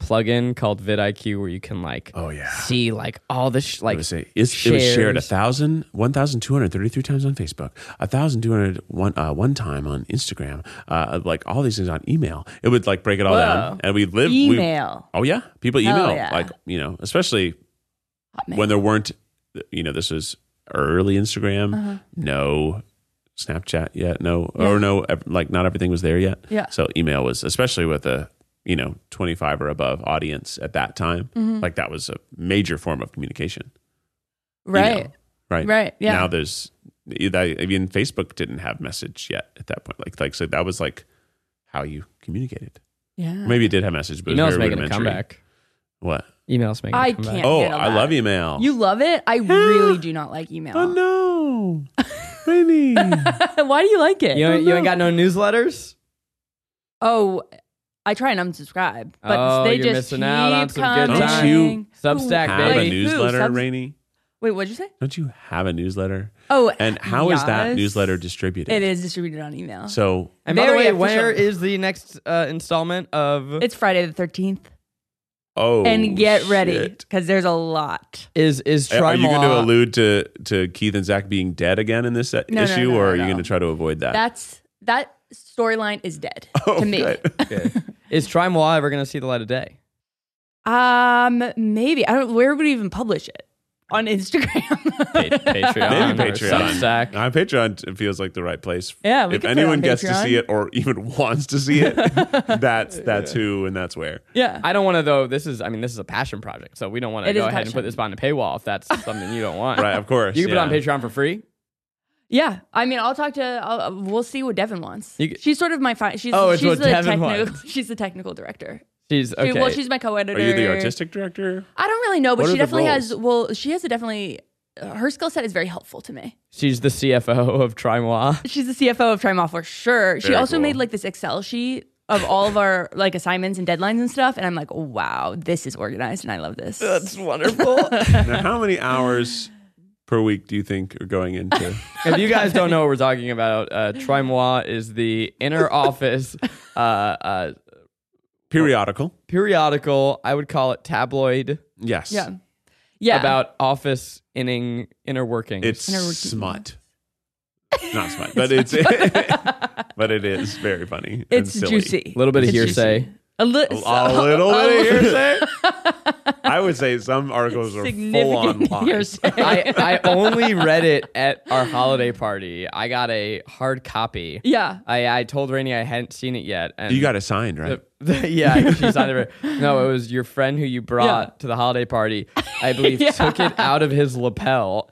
C: plugin called vidIQ where you can like oh yeah see like all the sh- like
B: It was, a, is, it was shared a
C: shares.
B: thousand, one thousand two hundred thirty-three times on Facebook, a thousand two hundred one uh, one time on Instagram, uh, like all these things on email. It would like break it all down, and we live we-
D: Email.
B: oh yeah, people email
D: yeah.
B: like you know, especially when there weren't, you know, this was early
D: Uh-huh.
B: Instagram, no Snapchat yet, no or no, ev- like not everything was there yet.
D: Yeah.
B: So email was especially with a you know 25 or above
D: Mm-hmm.
B: audience at that time like that was a major form of communication
D: Right.
B: email, right?
D: Right, yeah.
B: Now there's e, that. I mean, Facebook didn't have message yet at that point. Like, like so that was like how you communicated.
D: Yeah.
B: Maybe it did have message, but it was
C: Email's
B: very
C: making a
B: rudimentary.
C: comeback.
B: What?
C: Email's making. a
D: I
C: comeback.
D: can't.
B: Oh,
D: handle
B: I
D: that.
B: love email.
D: You love it? I really do not like email.
B: Oh no, really?
D: Why do you like it?
C: You ain't, you ain't got no newsletters.
D: Oh, I try and unsubscribe, but
C: Oh,
D: they
C: you're
D: just
C: missing
D: keep
C: out on some good
D: coming.
B: times. Don't you
C: Substack,
D: Who-
B: have
C: baby.
B: a
D: who?
B: newsletter,
D: Subs-
B: Rainy?
D: Wait, what'd you say?
B: Don't you have a newsletter?
D: Oh,
B: And how is that
D: yes.
B: newsletter distributed?
D: It is distributed on email.
B: So
C: And by the
D: Very
C: way,
D: official.
C: where is the next uh, installment of
D: it's Friday the thirteenth,
B: oh,
D: and get ready
B: shit.
D: because there's a lot.
C: is is Trimola?
B: Are you going to allude to to Keith and Zach being dead again in this uh,
D: No, no,
B: issue, or
D: no, no,
B: are you
D: no.
B: going to try to avoid that?
D: That's that storyline is dead
B: Oh,
D: to me.
B: good.
C: Is Trimola ever going to see the light of day?
D: Um, maybe I don't. Where would we even publish it on Instagram?
C: Patreon,
B: Maybe
C: or
B: Patreon.
C: Substack.
B: Uh, Patreon feels like the right place.
D: Yeah, we
B: if
D: could put it
B: anyone
D: on
B: gets to
D: Patreon.
B: see it or even wants to see it, that's that's who and that's where.
D: yeah,
C: I don't want to though. This is, I mean, this is a passion project, so we don't want to
D: It is
C: go
D: a
C: ahead and put
D: passion.
C: this behind a paywall if that's something you don't want.
B: Right, of course.
C: You can
B: yeah.
C: put it on Patreon for free.
D: yeah. I mean, I'll talk to. I'll, we'll see what Devin wants.
C: You g-
D: she's sort of my. Fi- she's
C: Oh, it's
D: she's
C: what
D: the
C: Devin
D: technical.
C: wants.
D: She's the technical director.
C: She's
D: She-
C: okay. Oh,
D: well, she's my co-editor.
B: Are you the artistic director?
D: I don't really know, but
B: What are
D: she
B: the
D: definitely
B: roles?
D: has. Well, she has a definitely. uh, Her skill set is very helpful to me.
C: She's the CFO of Trimola.
D: She's the CFO of Trimoff for sure. She
B: Very
D: also
B: cool.
D: made like this Excel sheet of all of our like assignments and deadlines and stuff, and I'm like, wow, this is organized, and I love this.
C: That's wonderful.
B: Now, how many hours per week do you think are going into?
C: if you guys don't know what we're talking about, uh, Trimola is the inner office uh, uh,
B: Periodical.
C: periodical. I would call it tabloid
B: Yes.
D: yeah, yeah.
C: about office inning inner workings.
B: It's
D: Never would-
B: smut. Not smut, but it's but it is very funny. and
D: it's
B: silly.
D: juicy.
C: a little bit of
D: It's
C: hearsay.
D: juicy. A, li-
B: A little bit of hearsay. I would say some articles are full on
D: significant
B: lies.
D: hearsay.
C: I, I only read it at our holiday party. I got a hard copy.
D: yeah,
C: I, I told Rainey I hadn't seen it yet. And
B: You got it signed, right?
C: yeah, she signed it. right- No, it was your friend who you brought to the holiday party. I believe took it out of his lapel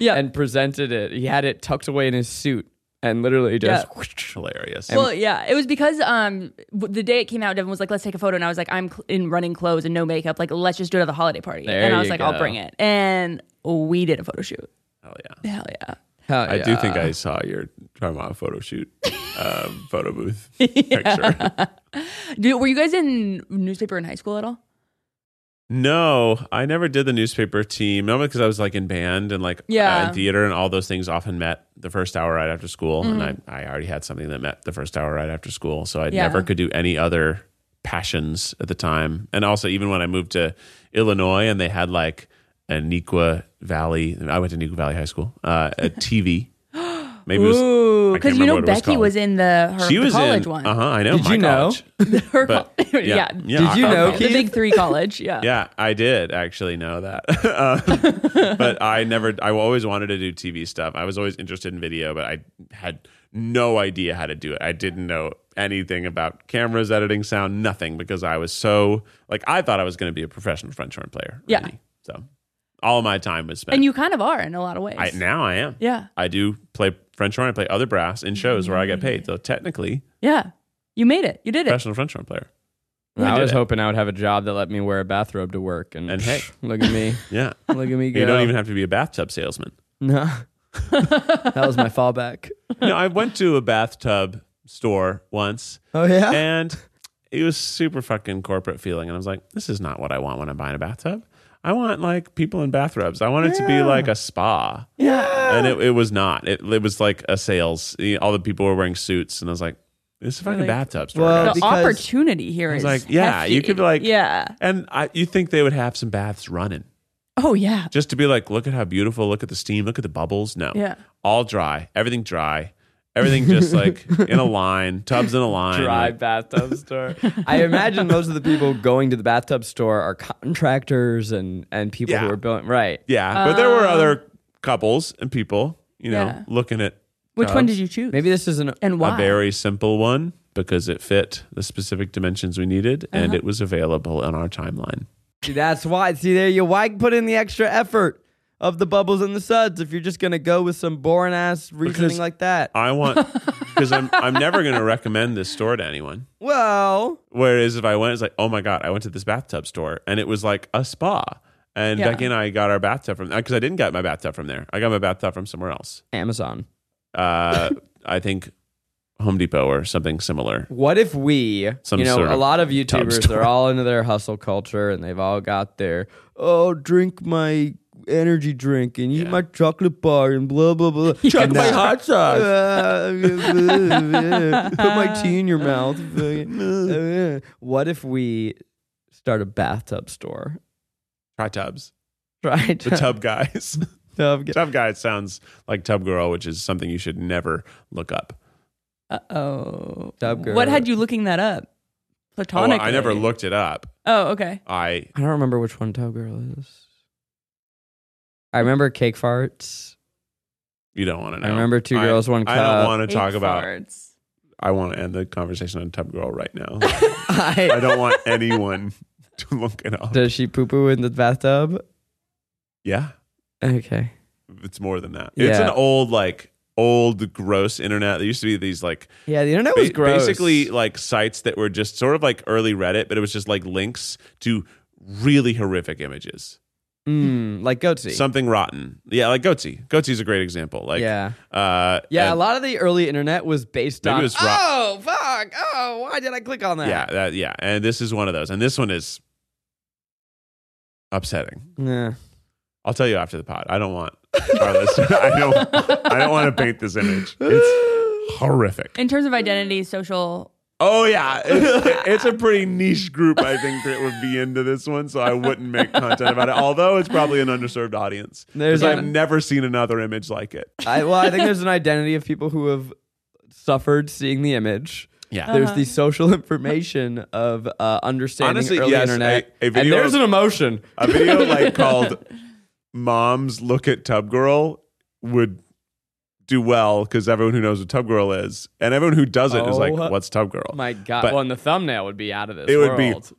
D: Yeah.
C: and presented it. He had it tucked away in his suit and literally just
B: Hilarious.
D: Well, yeah, it was because um w- the day it came out, Devin was like, "Let's take a photo," and I was like, "I'm cl- in running clothes and no makeup. Like, let's just do it at the holiday party."
C: There
D: and I was
C: you
D: like,
C: go.
D: "I'll bring it," and we did a photo shoot.
B: Hell yeah.
D: Hell yeah!
C: Hell
B: I do
C: yeah.
D: uh,
B: think I saw your Trima photo shoot, um, photo booth picture.
D: Dude, were you guys in newspaper in high school at all?
B: No, I never did the newspaper team. Not because I was like in band and like
D: Yeah.
B: uh, in theater and all those things often met the first hour right after school. And I, I already had something that met the first hour right after school. So I
D: Mm-hmm. Yeah.
B: never could do any other passions at the time. And also, even when I moved to Illinois and they had like a Nequa Valley, I went to Nequa Valley High School, uh, a TV. Maybe it was.
D: Ooh,
B: I can't
D: because you
B: remember
D: know
B: what it
D: Becky
B: called.
D: was, in the her
B: She
D: the
B: was
D: college
B: in.
D: one.
B: Uh huh. I know.
C: Did
B: my
C: you know?
B: college.
D: Her
B: But-
D: col- yeah,
C: Did you
B: I-
C: know,
B: I-
D: the big three college. Yeah,
B: Yeah, I did actually know that, Um, but I never. I always wanted to do TV stuff. I was always interested in video, but I had no idea how to do it. I didn't know anything about cameras, editing, sound, nothing, because I was so like I thought I was going to be a professional French horn player.
D: Yeah.
B: really. So all my time was spent.
D: and you kind of are in a lot of ways.
B: I, now I am.
D: Yeah.
B: I do play French horn. I play other brass in shows where I get paid. So technically,
D: yeah, you made it. You did it.
B: professional French horn player.
C: I,
B: did
C: was
B: it.
C: hoping I would have a job that let me wear a bathrobe to work. And,
B: And hey.
C: look at me.
B: Yeah.
C: Look at me go.
B: You don't even have to be a bathtub salesman.
C: No. that was my fallback.
B: no, I went to a bathtub store once
C: Oh, yeah?
B: and it was super fucking corporate feeling. And I was like, this is not what I want when I'm buying a bathtub. I want like people in bathrobes. I want it to be like a spa.
C: yeah.
B: And it, it was not. It, it was like a sales. All the people were wearing suits. And I was like, this is a fucking bathtub store.
C: Well,
B: guys.
D: The
C: Because-
D: opportunity here
B: I
D: is
B: was like, yeah, you
D: hefty.
B: could like,
D: yeah.
B: And I, you think they would have some baths running
D: Oh yeah.
B: just to be like, look at how beautiful, look at the steam, look at the bubbles. No.
D: Yeah.
B: All dry, everything dry, everything just like in a line, tubs in a line.
C: Dry
B: like-
C: bathtub store. I imagine most of the people going to the bathtub store are contractors and, and people
B: Yeah.
C: who are building. Right.
B: yeah. but there were other couples and people, you know,
D: Um, Yeah.
B: looking at
D: Which one did you choose?
C: Maybe this is an.
D: and why?
B: uh, a very simple one because it fit the specific dimensions we needed
D: Uh-huh.
B: and it was available on our timeline.
C: That's why. See, there you. Why put in the extra effort? of the bubbles and the suds if you're just gonna go with some boring ass reasoning
B: Because
C: like that.
B: I want because I'm I'm never going to recommend this store to anyone.
C: well,
B: Whereas if I went, it's like, oh my god, I went to this bathtub store and it was like a spa. And
D: Yeah.
B: Becky and I got our bathtub from because I didn't get my bathtub from there. I got my bathtub from somewhere else.
C: Amazon.
B: Uh, I think Home Depot or something similar.
C: What if we,
B: Some
C: you know,
B: sort
C: a
B: of
C: lot of
B: tub
C: YouTubers,
B: store.
C: they're all into their hustle culture and they've all got their, oh, drink my energy drink and eat my chocolate bar and blah, blah, blah. Chuck
B: my hot sauce.
C: Put my tea in your mouth. what if we start a bathtub store?
B: Try tubs.
C: Right?
B: The tub guys.
C: tub.
B: tub guys sounds like tub girl, which is something you should never look up.
D: Uh oh.
C: Tub girl.
D: What had you looking that up?
B: Oh, well,
D: Platonic.
B: I never looked it up.
D: Oh, okay.
B: I
C: I don't remember which one Tub Girl is. I remember cake farts.
B: you don't want to know.
C: I remember two girls, one
B: I don't
C: cup.
B: want to talk about.
D: Farts.
B: I want to end the conversation on tub girl right now.
C: I,
B: I don't want anyone to look it up.
C: Does she poo poo in the bathtub?
B: yeah,
C: Okay.
B: it's more than that. It's
C: Yeah.
B: an old like old gross internet. There used to be these like
C: Yeah, the internet was
B: ba-
C: gross.
B: basically like sites that were just sort of like early Reddit, but it was just like links to really horrific images.
C: mm, like goatsy.
B: Something rotten. Yeah, like Goatsy. Goatsy's a great example. Like
C: yeah,
B: uh
C: yeah.
B: and-
C: a lot of the early internet was based
B: Maybe
C: on.
B: it was rock-
C: oh fuck! Oh, why did I click on that?
B: Yeah, that, yeah. And this is one of those. And this one is upsetting.
C: Yeah.
B: I'll tell you after the pod. I don't want our listeners. I don't I don't want to paint this image. It's horrific.
D: In terms of identity, social.
B: Oh yeah. It's, it's a pretty niche group I think that would be into this one, so I wouldn't make content about it. Although it's probably an underserved audience.
C: There's
B: Because I've
C: an-
B: never seen another image like it.
C: I, well, I think there's an identity of people who have suffered seeing the image.
B: Yeah.
C: There's the social information of uh, understanding
B: Honestly,
C: early
B: yes,
C: internet.
B: a- a video
C: and there's
B: of-
C: an emotion.
B: A video like called Moms Look at Tub Girl would do well because everyone who knows what Tub Girl is and everyone who doesn't is like,
C: Oh,
B: what's Tub Girl?
C: My God.
B: But-
C: well, and the thumbnail would be out of this.
B: It would be-
C: world.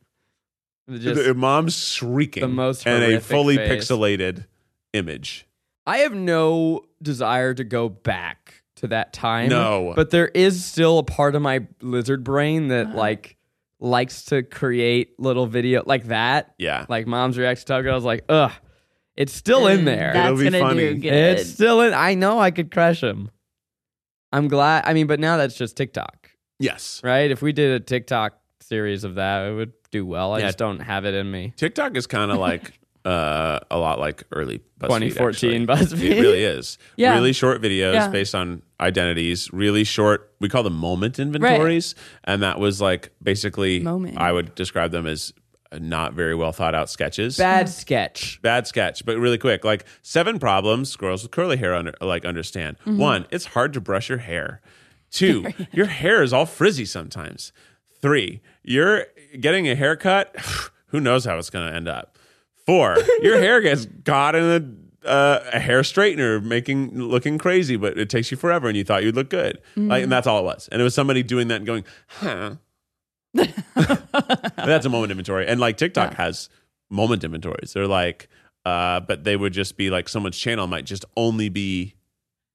C: be.
B: the mom's shrieking
C: the most
B: and a
C: horrific
B: fully
C: face.
B: pixelated image.
C: I have no desire to go back to that time.
B: No.
C: But there is still a part of my lizard brain that
D: Uh-huh.
C: like likes to create little video like that.
B: Yeah.
C: Like mom's reacts to Tug Girl. I was like, ugh. It's still in there.
D: Mm, That's
B: It'll be
D: gonna
B: funny.
D: do good.
C: It's still in I know I could crush him. I'm glad I mean, but now that's just TikTok,
B: yes.
C: right? If we did a TikTok series of that, it would do well. I
B: Yeah.
C: just don't have it in me.
B: TikTok is kind of like uh, a lot like early BuzzFeed.
C: 2014
B: actually.
C: BuzzFeed.
B: It really is.
D: Yeah.
B: Really short videos
D: Yeah.
B: based on identities, really short, we call them moment inventories. And that was like basically,
D: Moment.
B: I would describe them as not very well thought out sketches.
C: Bad sketch.
B: Bad sketch, but really quick. Like seven problems girls with curly hair under, like understand. One, it's hard to brush your hair. Two, your hair is all frizzy sometimes. Three, you're getting a haircut. Who knows how it's going to end up. Four, your hair gets caught in a, uh, a hair straightener, making looking crazy, but it takes you forever, and you thought you'd look good. Like, and that's all it was. And it was somebody doing that and going, huh. And that's a moment inventory. And like TikTok has moment inventories. They're like, uh, but they would just be like someone's channel might just only be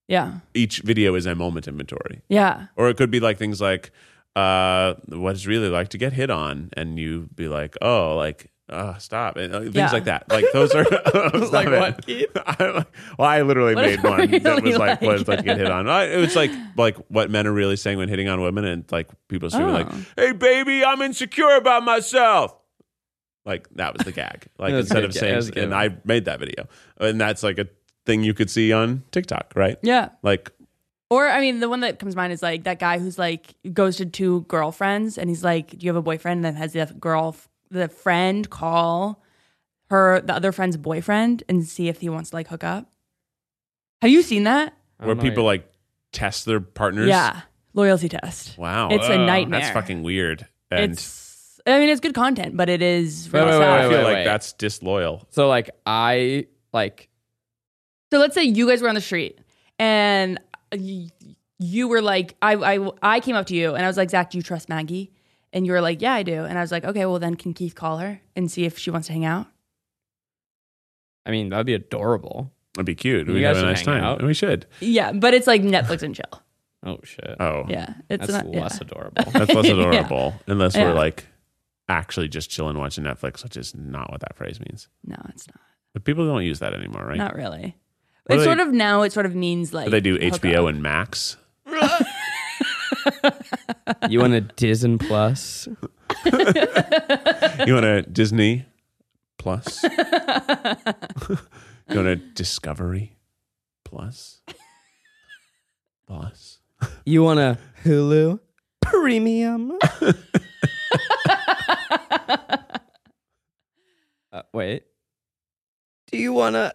D: Yeah.
B: each video is a moment inventory.
D: Yeah.
B: Or it could be like things like, uh, what it's really like to get hit on. And you be like, oh, like, uh, stop. And, uh, things
D: Yeah.
B: like that. Like those are Stop
C: Like
B: it.
C: what, Keith?
B: I'm like- well, I literally
D: What
B: made
D: are
B: one that
D: really
B: was like, what it's like
D: like?
B: to get hit on. I, it was like like what men are really saying when hitting on women, and like people assuming like,
D: Oh.
B: "Hey, baby, I'm insecure about myself." Like that was the gag. Like
C: That was
B: instead
C: good
B: of
C: gag. That
B: saying,
C: was a good
B: and
C: one.
B: I made that video, and that's like a thing you could see on TikTok, right?
D: Yeah.
B: Like
D: Or I mean, the one that comes to mind is like that guy who's like goes to two girlfriends and he's like, "Do you have a boyfriend?" And then has the girl, the friend, call her the other friend's boyfriend and see if he wants to like hook up. Have you seen that?
C: I
B: where
C: don't know
B: people
C: yet.
B: like test their partners.
D: Yeah, loyalty test.
B: Wow,
D: It's
B: Ugh,
D: a
B: That's
D: nightmare.
B: fucking weird. And
D: It's I mean, it's good content, but it is
C: Wait,
D: really
C: wait, wait,
D: sad.
B: I feel
C: wait,
B: like
C: wait.
B: that's disloyal.
C: So like I like
D: So let's say you guys were on the street and you, you were like, I, I, I came up to you and I was like, Zach, do you trust Maggie? And you were like, yeah, I do. And I was like, okay, well, then can Keith call her and see if she wants to hang out?
C: I mean, that'd be adorable.
B: It'd be cute.
C: You
B: We'd have
C: guys
B: a
C: should
B: nice
C: hang
B: time.
C: out.
B: And we should.
D: Yeah, but it's like Netflix and chill.
C: Oh shit.
B: Oh,
D: Yeah, it's
C: That's
D: not. yeah.
C: less adorable.
B: that's less
D: Yeah.
B: adorable unless
D: Yeah.
B: we're like actually just chilling watching Netflix, which is not what that phrase means.
D: No, it's not.
B: But people don't use that anymore, right?
D: Not really.
B: What
D: it's
B: do
D: sort
B: they-
D: of now. It sort of means like
B: But they do
D: hook
B: HBO
D: up.
B: and Max.
C: you want a Disney Plus?
B: You want a Disney Plus? you want a Discovery Plus? Plus.
C: You want a Hulu Premium? uh, wait. Do you want a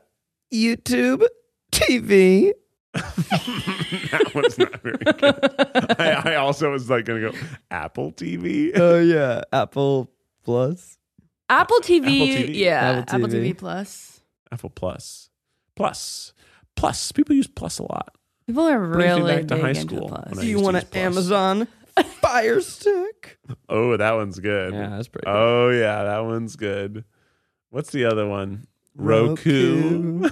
C: YouTube TV?
B: That one's not very good. I, I also was like going to go Apple TV.
C: Oh yeah, Apple Plus.
D: Apple TV.
B: Apple TV.
D: Yeah,
C: Apple
D: Apple TV.
C: TV.
D: Plus.
B: Apple Plus. Plus. Plus. People use Plus a lot.
D: People are
B: me
D: really
B: back to
D: big
B: high
D: into
B: school
D: Plus.
B: when I
C: Do you
B: used to
C: want
B: use
C: an
B: Plus.
C: Amazon Fire Stick?
B: Oh, that one's good.
C: Yeah, that's pretty. good.
B: Oh yeah, that one's good. What's the other one? Roku.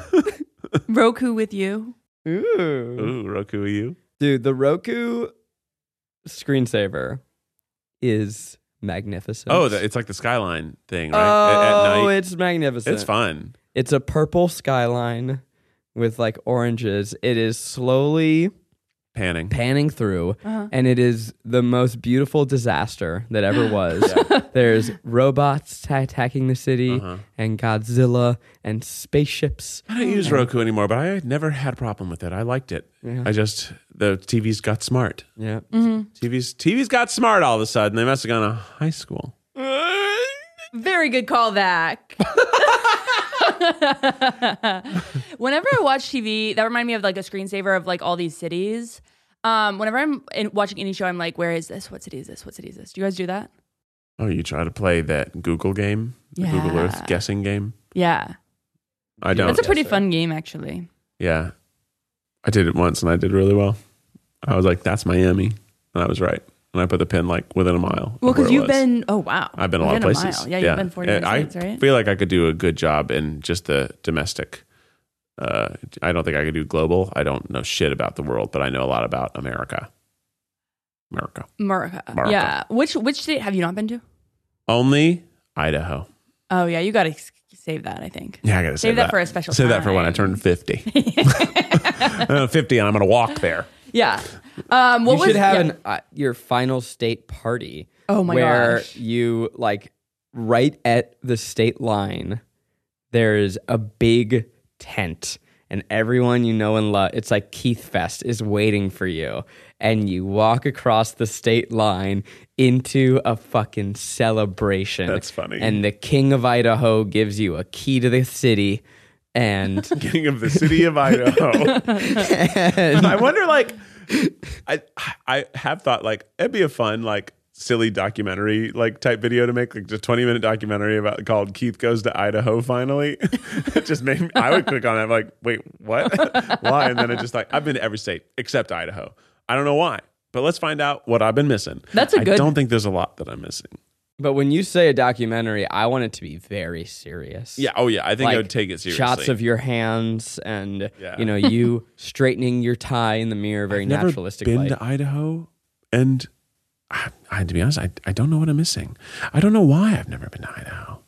D: Roku with you.
C: Ooh.
B: Ooh, Roku you.
C: Dude, the Roku screensaver is magnificent.
B: Oh, the, it's like the skyline thing, right? At- at
C: Oh,
B: night.
C: it's magnificent.
B: it's fun.
C: It's a purple skyline with like oranges. It is slowly
B: Panning.
C: panning through, and it is the most beautiful disaster that ever was. There's robots ta- attacking the city,
B: Uh-huh.
C: and Godzilla, and spaceships.
B: I don't use Roku anymore, but I never had a problem with it. I liked it. I just the TVs got smart.
C: Yeah.
B: TVs TVs got smart all of a sudden. They must have gone to high school.
D: Very good callback. Whenever I watch TV, that reminded me of like a screensaver of like all these cities. Um, whenever I'm in, watching any show, I'm like, where is this? What city is this? What city is this? Do you guys do that?
B: Oh, you try to play that Google game, the
D: Yeah.
B: Google Earth guessing game.
D: Yeah.
B: I don't.
D: That's a pretty fun game, actually.
B: yeah, I did it once and I did really well. I was like, "That's Miami," and I was right. And I put the pin like within a mile. of
D: Well,
B: where
D: because
B: it
D: you've
B: was.
D: been, oh, wow.
B: I've been a
D: You've
B: lot of places.
D: mile. Yeah, you've been 40
B: And
D: states,
B: I
D: right?
B: feel like I could do a good job in just the domestic. Uh, I don't think I could do global. I don't know shit about the world, but I know a lot about America. America.
D: America.
B: America.
D: Yeah. Which which state have you not been to?
B: Only Idaho.
D: Oh, yeah. You got to save that, I think.
B: Yeah, I gotta
D: Save
B: save
D: that for a special
B: Save that for when I turn
D: time.
B: fifty. I'm fifty, and I'm gonna walk there.
D: Yeah. Um, what
C: you
D: was,
C: should have
D: yeah.
C: an uh, your final state party.
D: Oh my
C: where
D: gosh.
C: you like right at the state line, there is a big tent, and everyone you know and love. It's like Keith Fest is waiting for you, and you walk across the state line into a fucking celebration.
B: That's funny.
C: And the king of Idaho gives you a key to the city, and
B: King of the city of Idaho. I wonder, like, I I have thought like it'd be a fun like silly documentary like type video to make like just 20 minute documentary about called keith goes to idaho finally it just made me i would click on it I'm like wait what why and then it just like i've been to every state except idaho i don't know why but let's find out what i've been missing
D: That's a
B: i
D: good-
B: don't think there's a lot that i'm missing
C: but when you say a documentary, I want it to be very serious.
B: yeah oh yeah i think i
C: like,
B: would take it seriously
C: Shots of your hands and
B: Yeah.
C: you know you straightening your tie in the mirror, very
B: I've never
C: naturalistic.
B: Been
C: like.
B: to Idaho, and I, I, to be honest, I, I don't know what I'm missing. I don't know why I've never been to Idaho.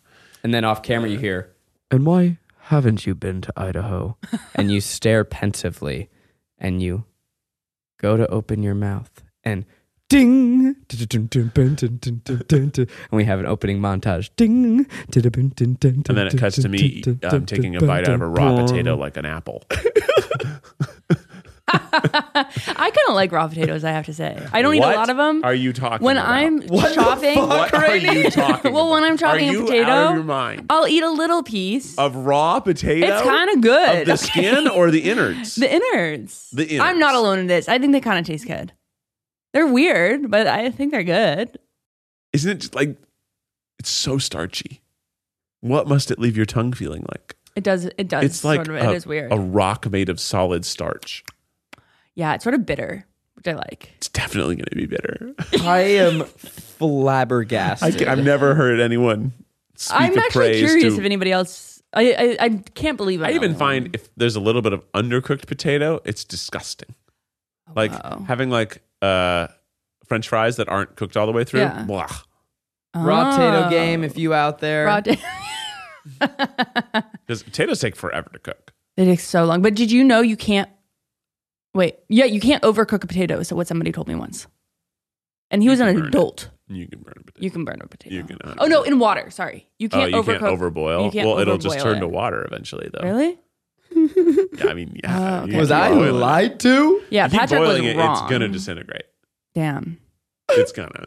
C: and then off camera you hear, "And why haven't you been to Idaho?" and you stare pensively, and you go to open your mouth, and ding, and we have an opening montage. Ding,
B: And then it cuts to me um, taking a bite out of a raw potato like an apple.
D: I kind of like raw potatoes, I have to say. I don't eat
B: What
D: a lot of them.
B: Are you talking?
D: when
B: about?
D: I'm chopping,
B: What are you talking?
D: well, when
B: about?
D: I'm chopping
B: are you
D: a potato,
B: out of your mind
D: I'll eat a little piece.
B: of raw potato.
D: It's kinda good,
B: Of the
D: okay?
B: skin or the innards.
D: the innards.
B: The innards.
D: I'm not alone in this. I think they kind of taste good. They're weird, but I think they're good.
B: Isn't it just like it's so starchy? What must it leave your tongue feeling like?
D: It does. It does.
B: It's like
D: sort of,
B: a,
D: it is weird.
B: a rock made of solid starch.
D: yeah, it's sort of bitter, which I like.
B: It's definitely going to be bitter.
C: I am flabbergasted.
B: I have never heard anyone speak
D: I'm
B: of
D: actually
B: praise
D: curious
B: to
D: if anybody else I, I, I can't believe I'm
B: I
D: the
B: even
D: only
B: find
D: one.
B: if there's a little bit of undercooked potato, it's disgusting.
D: Oh,
B: Like having like uh French fries that aren't cooked all the way through.
D: Yeah.
B: Blah.
C: Raw
D: Oh.
C: potato game, if you out there.
D: Raw ta-
B: Because potatoes take forever to cook.
D: It takes so long. But did you know you can't? Wait, yeah, you can't overcook a potato. Is what somebody told me once, and he was
B: can
D: an
B: burn it.
D: adult.
B: You can burn a potato.
D: You can burn a potato.
B: You can-
D: oh no, in water. Sorry, you
B: oh,
D: can't.
B: you
D: overcook.
B: can't overboil.
D: you can't
B: well, it'll just
D: overboil
B: turn
D: it.
B: to water eventually, though.
D: Really?
B: Yeah, I mean, yeah.
D: Oh,
B: you
D: okay.
C: Was
B: keep
C: I
B: boiling it.
C: lied to?
D: Yeah,
B: You keep
D: Patrick was
B: boiling it,
D: wrong.
B: It's gonna disintegrate.
D: Damn.
B: It's gonna.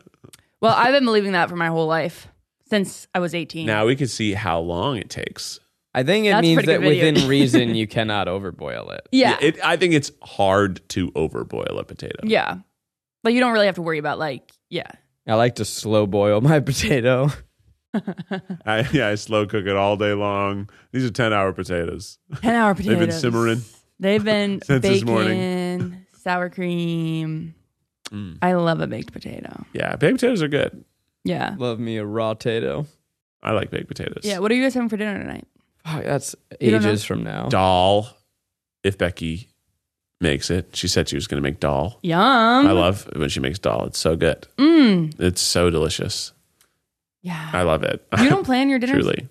D: Well, I've been believing that for my whole life since I was eighteen.
B: now we can see how long it takes.
C: I think it
D: That's
C: means
D: pretty
C: that
D: good video.
C: within reason you cannot overboil it.
D: yeah, yeah,
B: It, I think it's hard to overboil a potato.
D: But you don't really have to worry about like yeah.
C: I like to slow boil my potato.
B: I, yeah, I slow cook it all day long. These are 10 hour potatoes.
D: Ten hour potatoes.
B: They've been simmering.
D: They've been
B: Since this morning. Mm.
D: bacon, sour cream. I love a baked potato.
B: Yeah, baked potatoes are good.
D: Yeah.
C: Love me a raw potato.
B: I like baked potatoes.
D: Yeah. What are you guys having for dinner tonight?
C: Fuck, that's
D: You don't know?
C: ages from now.
B: Doll, if Becky makes it, she said she was going to make doll.
D: Yum.
C: Um,
B: I love when she makes doll. It's so good.
D: Mm.
B: It's so delicious.
D: Yeah.
B: I love it.
D: you don't plan your dinners?
B: Truly.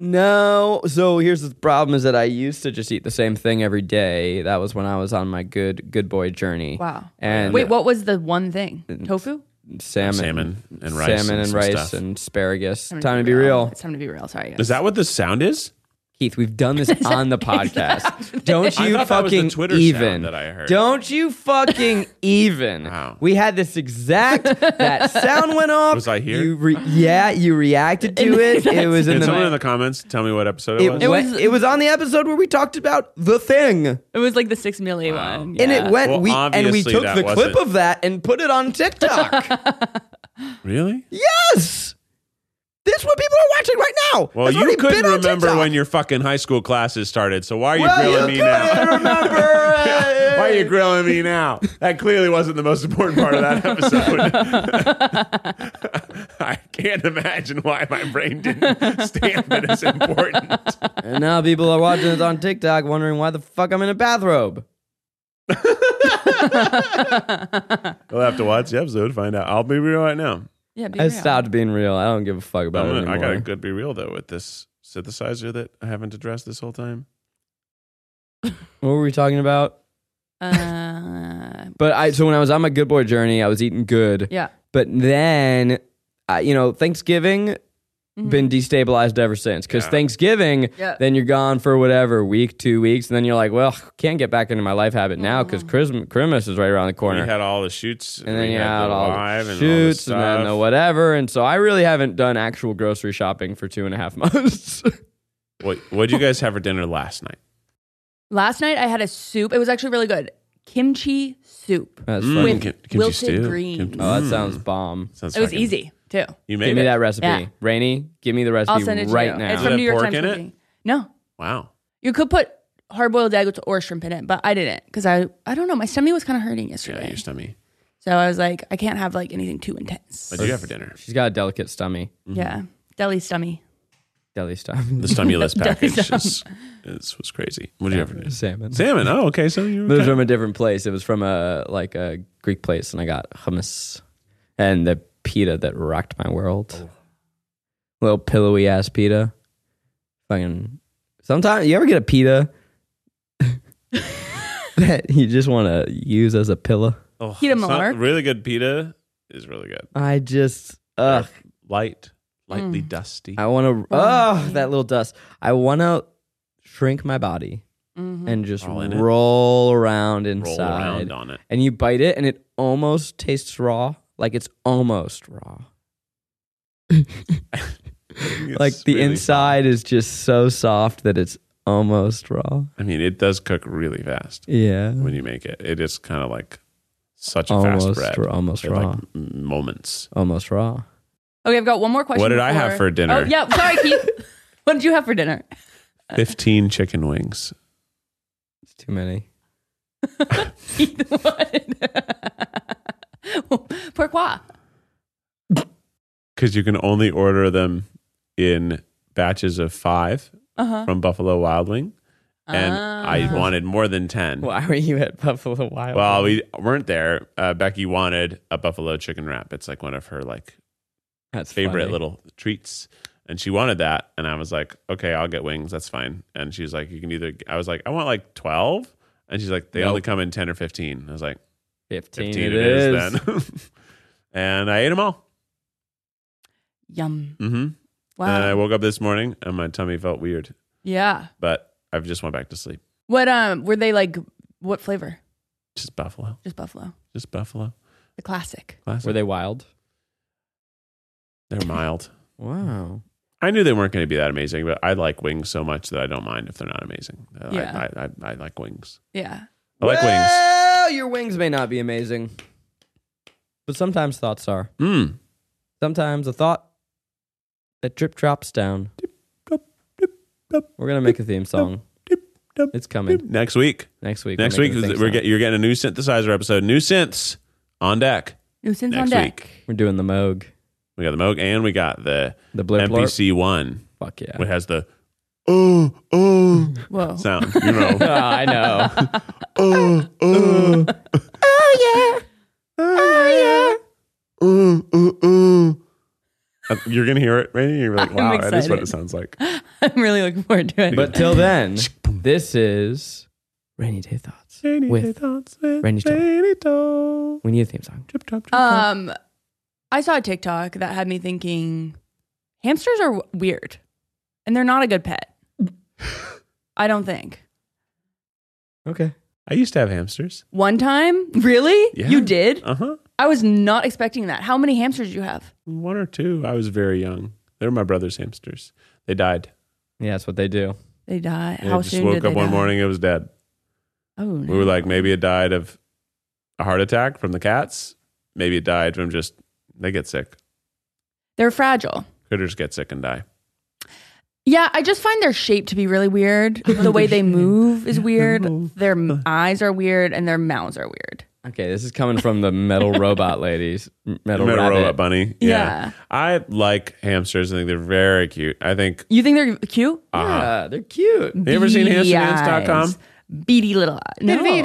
C: No. So here's the problem: is that I used to just eat the same thing every day. That was when I was on my good good boy journey.
D: Wow.
C: And
D: Wait, what was the one thing?
B: Mm.
D: Tofu?
C: Salmon,
B: Salmon and rice
C: salmon
B: and
C: and,
B: some
C: rice
B: stuff.
C: and asparagus. Time to be real,
D: It's time to be real. Sorry. Guys.
B: Is that what the sound is?
C: Keith. We've done this on the podcast. Don't
B: I
C: you
B: thought that was the
C: fucking
B: Twitter sound
C: even?
B: that I heard.
C: Don't you fucking even?
B: Wow.
C: We had this exact. That sound went off.
B: Was I here?
C: You re- yeah, you reacted to it. It was in
B: Can someone
C: the.
B: in the comments tell me what episode it,
C: It,
B: was?
C: went- it was on the episode where we talked about the thing.
D: It was like the six milli one.
C: And it went
B: Well,
C: we and we
B: obviously
C: took
B: that
C: the clip
B: wasn't-
C: of that and put it on TikTok.
B: really?
C: yes. This is what people are watching right now.
B: Well,
C: It's
B: you
C: already
B: couldn't
C: been on
B: remember
C: TikTok.
B: when your fucking high school classes started, so why are you
C: well,
B: grilling
C: you
B: me
C: couldn't
B: now?
C: remember.
B: Why are you grilling me now? That clearly wasn't the most important part of that episode. I can't imagine why my brain didn't stamp it as important.
C: and now people are watching this on TikTok wondering why the fuck I'm in a bathrobe.
B: We'll have to watch the episode to find out. I'll be real right now.
D: Yeah, be
C: I
D: real.
C: stopped being real. I don't give a fuck about
B: I'm
C: it
B: gonna- I
C: anymore.
B: got to good be real though with this synthesizer that I haven't addressed this whole time.
C: what were we talking about?
D: Uh,
C: But I so when I was on my good boy journey, I was eating good.
D: yeah.
C: But then, uh, you know, Thanksgiving been destabilized ever since because
B: Yeah.
C: Thanksgiving,
D: Mm-hmm. Yeah.
C: then you're gone for whatever week, two weeks, and then you're like, well, can't get back into my life habit now
D: Mm-hmm.
C: because Christmas, Christmas is right around the
B: We
C: corner.
B: had all the shoots,
C: and then
B: we
C: you
B: had
C: had
B: the
C: all
B: live
C: the
B: and all the
C: shoots and, then the
B: stuff.
C: whatever. And so I really haven't done actual grocery shopping for two and a half months.
B: What what did you guys have for dinner last night?
D: Last night I had a soup. It was actually really good. Kimchi soup.
C: That's
B: Mm,
C: funny.
D: With
B: kim- kimchi
D: wilted
B: stew.
D: greens.
B: Kim-
C: Oh, that
B: Mm.
C: sounds bomb.
B: Sounds
D: it was
B: fucking-
D: easy too.
B: You made
C: Give me
B: it.
C: that recipe.
D: Yeah.
C: Rainy, give me the recipe
D: I'll send it to
C: right
D: you.
C: now.
D: It's
B: Did it
D: from New York
B: pork
D: Times.
B: in it?
D: Cooking. No,
B: Wow.
D: you could put hard boiled egg or shrimp in it, but I didn't because I I don't know. My stomach was kind of hurting
B: Yeah,
D: yesterday,
B: your stomach.
D: so I was like, I can't have like anything too intense.
B: What do you have for dinner?
C: She's got a delicate stomach.
D: Yeah,
B: Mm-hmm.
D: deli stummy.
C: Deli stuff.
B: The stimulus package is, is, was crazy. What do you have for dinner?
C: Salmon.
B: Salmon. Oh, okay. So you
C: It was
B: okay.
C: from a different place. It was from a like a Greek place, and I got hummus and the pita that rocked my world. Little pillowy ass pita. Fucking. Sometimes you ever get a pita that you just want to use as a pillow.
B: oh,
D: Pita
B: it's not-
D: Malheur.
B: Really good pita is really good.
C: I just ugh.
B: Light, lightly dusty.
C: I want to. Oh, that little dust. I want to shrink my body and just
B: All in it.
C: roll around inside.
B: Roll around on it.
C: and you bite it and it almost tastes raw like it's almost raw
B: It's
C: like the
B: really-
C: inside is just so soft that it's almost raw
B: I mean, it does cook really fast
C: yeah
B: when you make it. It is kind of like such a fast
C: almost
B: bread.
C: ra- almost
B: They're
C: raw
B: Like m- moments.
C: almost raw
D: Okay, I've got one more question.
B: What did I have for dinner?
D: Oh, yeah, sorry, Keith. what did you have for dinner?
B: Fifteen chicken wings.
C: it's too many
D: Keith, what? Pourquoi?
B: because you can only order them in batches of five
D: Uh-huh.
B: from Buffalo Wild Wing, and
D: Ah,
B: I
C: Ah.
B: wanted more than ten. Well,
C: Why were you at Buffalo Wild?
B: Mm. we weren't there. Uh, Becky wanted a buffalo chicken wrap. It's like one of her like
C: That's
B: favorite
C: funny.
B: little treats. And she wanted that. And I was like, okay, I'll get wings. That's fine. And she was like, you can either, I was like, I want like 12. And she's like, they
C: Nope.
B: only come in 10 or 15. And I was like,
C: 15,
B: 15
C: it is.
B: then. and I ate them all.
D: Yum.
B: Mm-hmm.
D: Wow.
B: And I woke up this morning and my tummy felt weird,
D: yeah.
B: but I've just went back to sleep.
D: What um were they like? What flavor?
B: Just buffalo.
D: Just buffalo.
B: Just buffalo.
D: The classic.
B: Classic.
C: Were they wild?
B: They're mild.
C: Wow.
B: I knew they weren't going to be that amazing, but I like wings so much that I don't mind if they're not amazing. I-
D: Yeah.
B: I, I, I like wings.
D: Yeah.
B: I like wings.
C: Well, your wings may not be amazing, but sometimes thoughts are.
B: Mm.
C: Sometimes a thought that drip drops down. We're gonna make a theme song. It's coming
B: Next week.
C: next week.
B: Next
C: We're
B: week,
C: making a theme
B: we're get,
C: song.
B: you're getting a new synthesizer episode. New synths on deck
D: Nuisance on
B: next
D: deck.
B: week.
C: We're doing the Moog,
B: We got the Moog and we got the
C: the Blip Blorp.
B: MPC one,
C: Fuck yeah!
B: which has the oh oh
D: Whoa.
B: sound. You know,
C: Oh, I know.
B: oh oh oh yeah, oh yeah, oh oh oh. You're gonna hear it, Randy. You're like,
D: I'm
B: wow, that is what
D: excited.
B: it sounds like.
D: I'm really looking forward to it.
C: but till then, this is rainy day thoughts. with Randy Stoll. We need a theme song.
D: um, I saw a TikTok that had me thinking hamsters are w- weird and they're not a good pet. I don't think.
C: Okay.
B: I used to have hamsters.
D: One time, really?
B: Yeah.
D: You did?
B: Uh huh.
D: I was not expecting that. How many hamsters do you have?
B: One or two. I was very young. They were my brother's hamsters. They died.
C: Yeah, that's what they do.
D: They die.
B: They
D: How
B: just
D: soon
B: woke
D: did
B: up
D: they
B: one
D: die?
B: morning, it was dead.
D: Oh, no.
B: We were like, maybe it died of a heart attack from the cats. Maybe it died from just they get sick.
D: they're fragile.
B: Critters get sick and die.
D: Yeah, I just find their shape to be really weird. The way they move is weird. Their m- eyes are weird and their mouths are weird.
C: Okay, this is coming from the metal robot ladies. M- Metal,
B: Met a
C: rabbit.
B: robot bunny.
D: Yeah.
B: I like hamsters. I think they're very cute. I think.
D: You think they're cute?
B: Uh,
C: Yeah, they're cute.
B: you ever seen
D: Beady
B: hamsterhands.com?
D: eyes. Beady little eye. No.
B: Oh,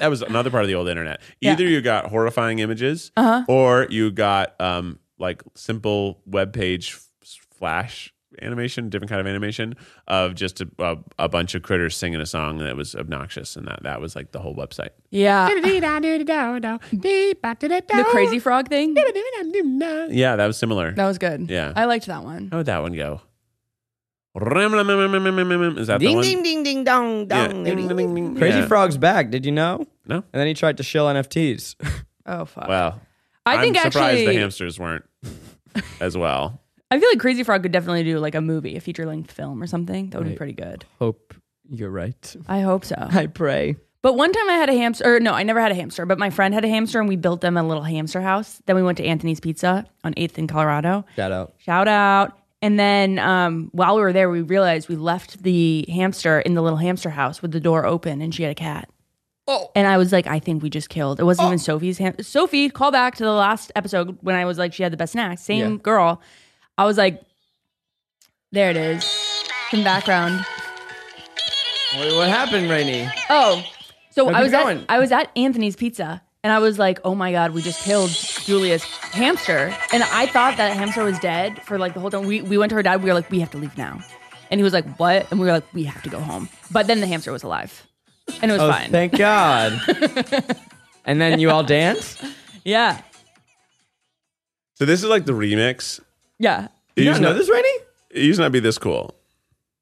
B: That was another part of the old internet. Either you got horrifying images
C: Uh-huh.
B: or you got um, like simple web page f- flash animation, different kind of animation of just a, a, a bunch of critters singing a song that was obnoxious. And that, that was like the whole website.
D: Yeah. the crazy frog thing? That
B: Yeah, that was similar.
D: was good.
B: Yeah.
D: I liked that one.
B: How would that one go? Is that the one?
C: ding ding dong
B: Yeah. Ding, ding, ding.
C: Crazy
B: Yeah.
C: Frog's back. Did you know?
B: No.
C: And then he tried to shill NFTs.
D: Oh fuck.
B: Well,
D: I think
B: am surprised
D: actually
B: the hamsters weren't as well.
D: I feel like Crazy Frog could definitely do like a movie, a feature length film or something. That would be
C: Right.
D: pretty good.
C: Hope you're right.
D: I hope so.
C: I pray.
D: But one time I had a hamster, or no, I never had a hamster, but my friend had a hamster and we built them a little hamster house. Then we went to Anthony's Pizza on 8th in Colorado.
C: Shout out.
D: Shout out. And then um, while we were there, we realized we left the hamster in the little hamster house with the door open and she had a cat. Oh. And I was like, I think we just killed. It wasn't even Sophie's ham- Sophie, call back to the last episode when I was like, she had the best snacks. Same
C: Yeah.
D: girl. I was like, there it is. Some background.
C: Wait, what happened, Rainey?
D: Oh, so
C: No,
D: I
C: keep
D: was
C: going.
D: at I was at Anthony's Pizza, and I was like, "Oh my god, we just killed Julia's hamster!" And I thought that hamster was dead for like the whole time. We we went to her dad. We were like, "We have to leave now," and he was like, "What?" And we were like, "We have to go home." But then the hamster was alive, and it was
C: Oh,
D: fine.
C: thank God. and then you all dance?
D: yeah,
B: So this is like the remix.
D: yeah.
B: It
C: You
B: used
C: don't know
B: not-
C: this, Rainey?
B: It used not be this cool.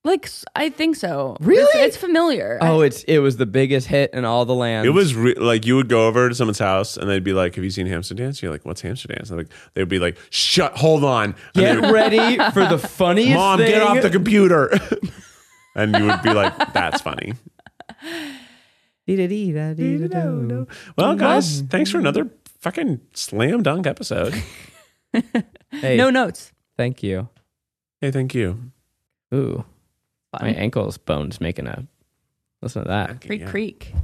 D: Like s- I think so.
C: Really?
D: it's, it's familiar.
C: Oh, it's it was the biggest hit in all the land.
B: It was re- like you would go over to someone's house and they'd be like, "Have you seen Hamster Dance?" You're like, "What's Hamster Dance?" And like they'd be like, "Shut, hold on, And
C: Get
B: they would,
C: ready for the funniest
B: mom, get
C: thing.
B: off the computer." and you would be like, "That's funny."
C: Dee-da-dee-da-dee-da-do.
B: Well, guys, thanks for another fucking slam dunk episode.
C: Hey,
D: no notes.
C: Thank you.
B: hey, thank you.
C: Ooh, my ankle's bones making a. Listen to that.
D: Creek creek.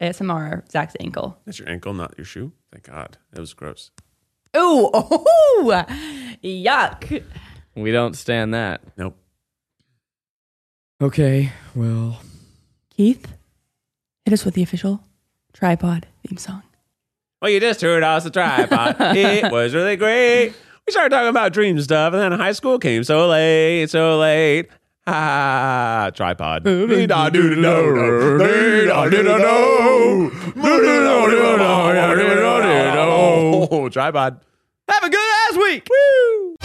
D: ASMR. Zach's ankle.
B: That's your ankle, not your shoe. Thank God. It was gross.
D: Ooh, oh, Yuck.
C: We don't stand that.
B: Nope.
C: Okay, well,
D: Keith, hit us with the official tripod theme song.
B: Well, you just heard us a tripod. it was really great. We started talking about dream stuff, and then high school came so late, so late. Ah, tripod. tripod.
C: have a good ass week.
B: Woo!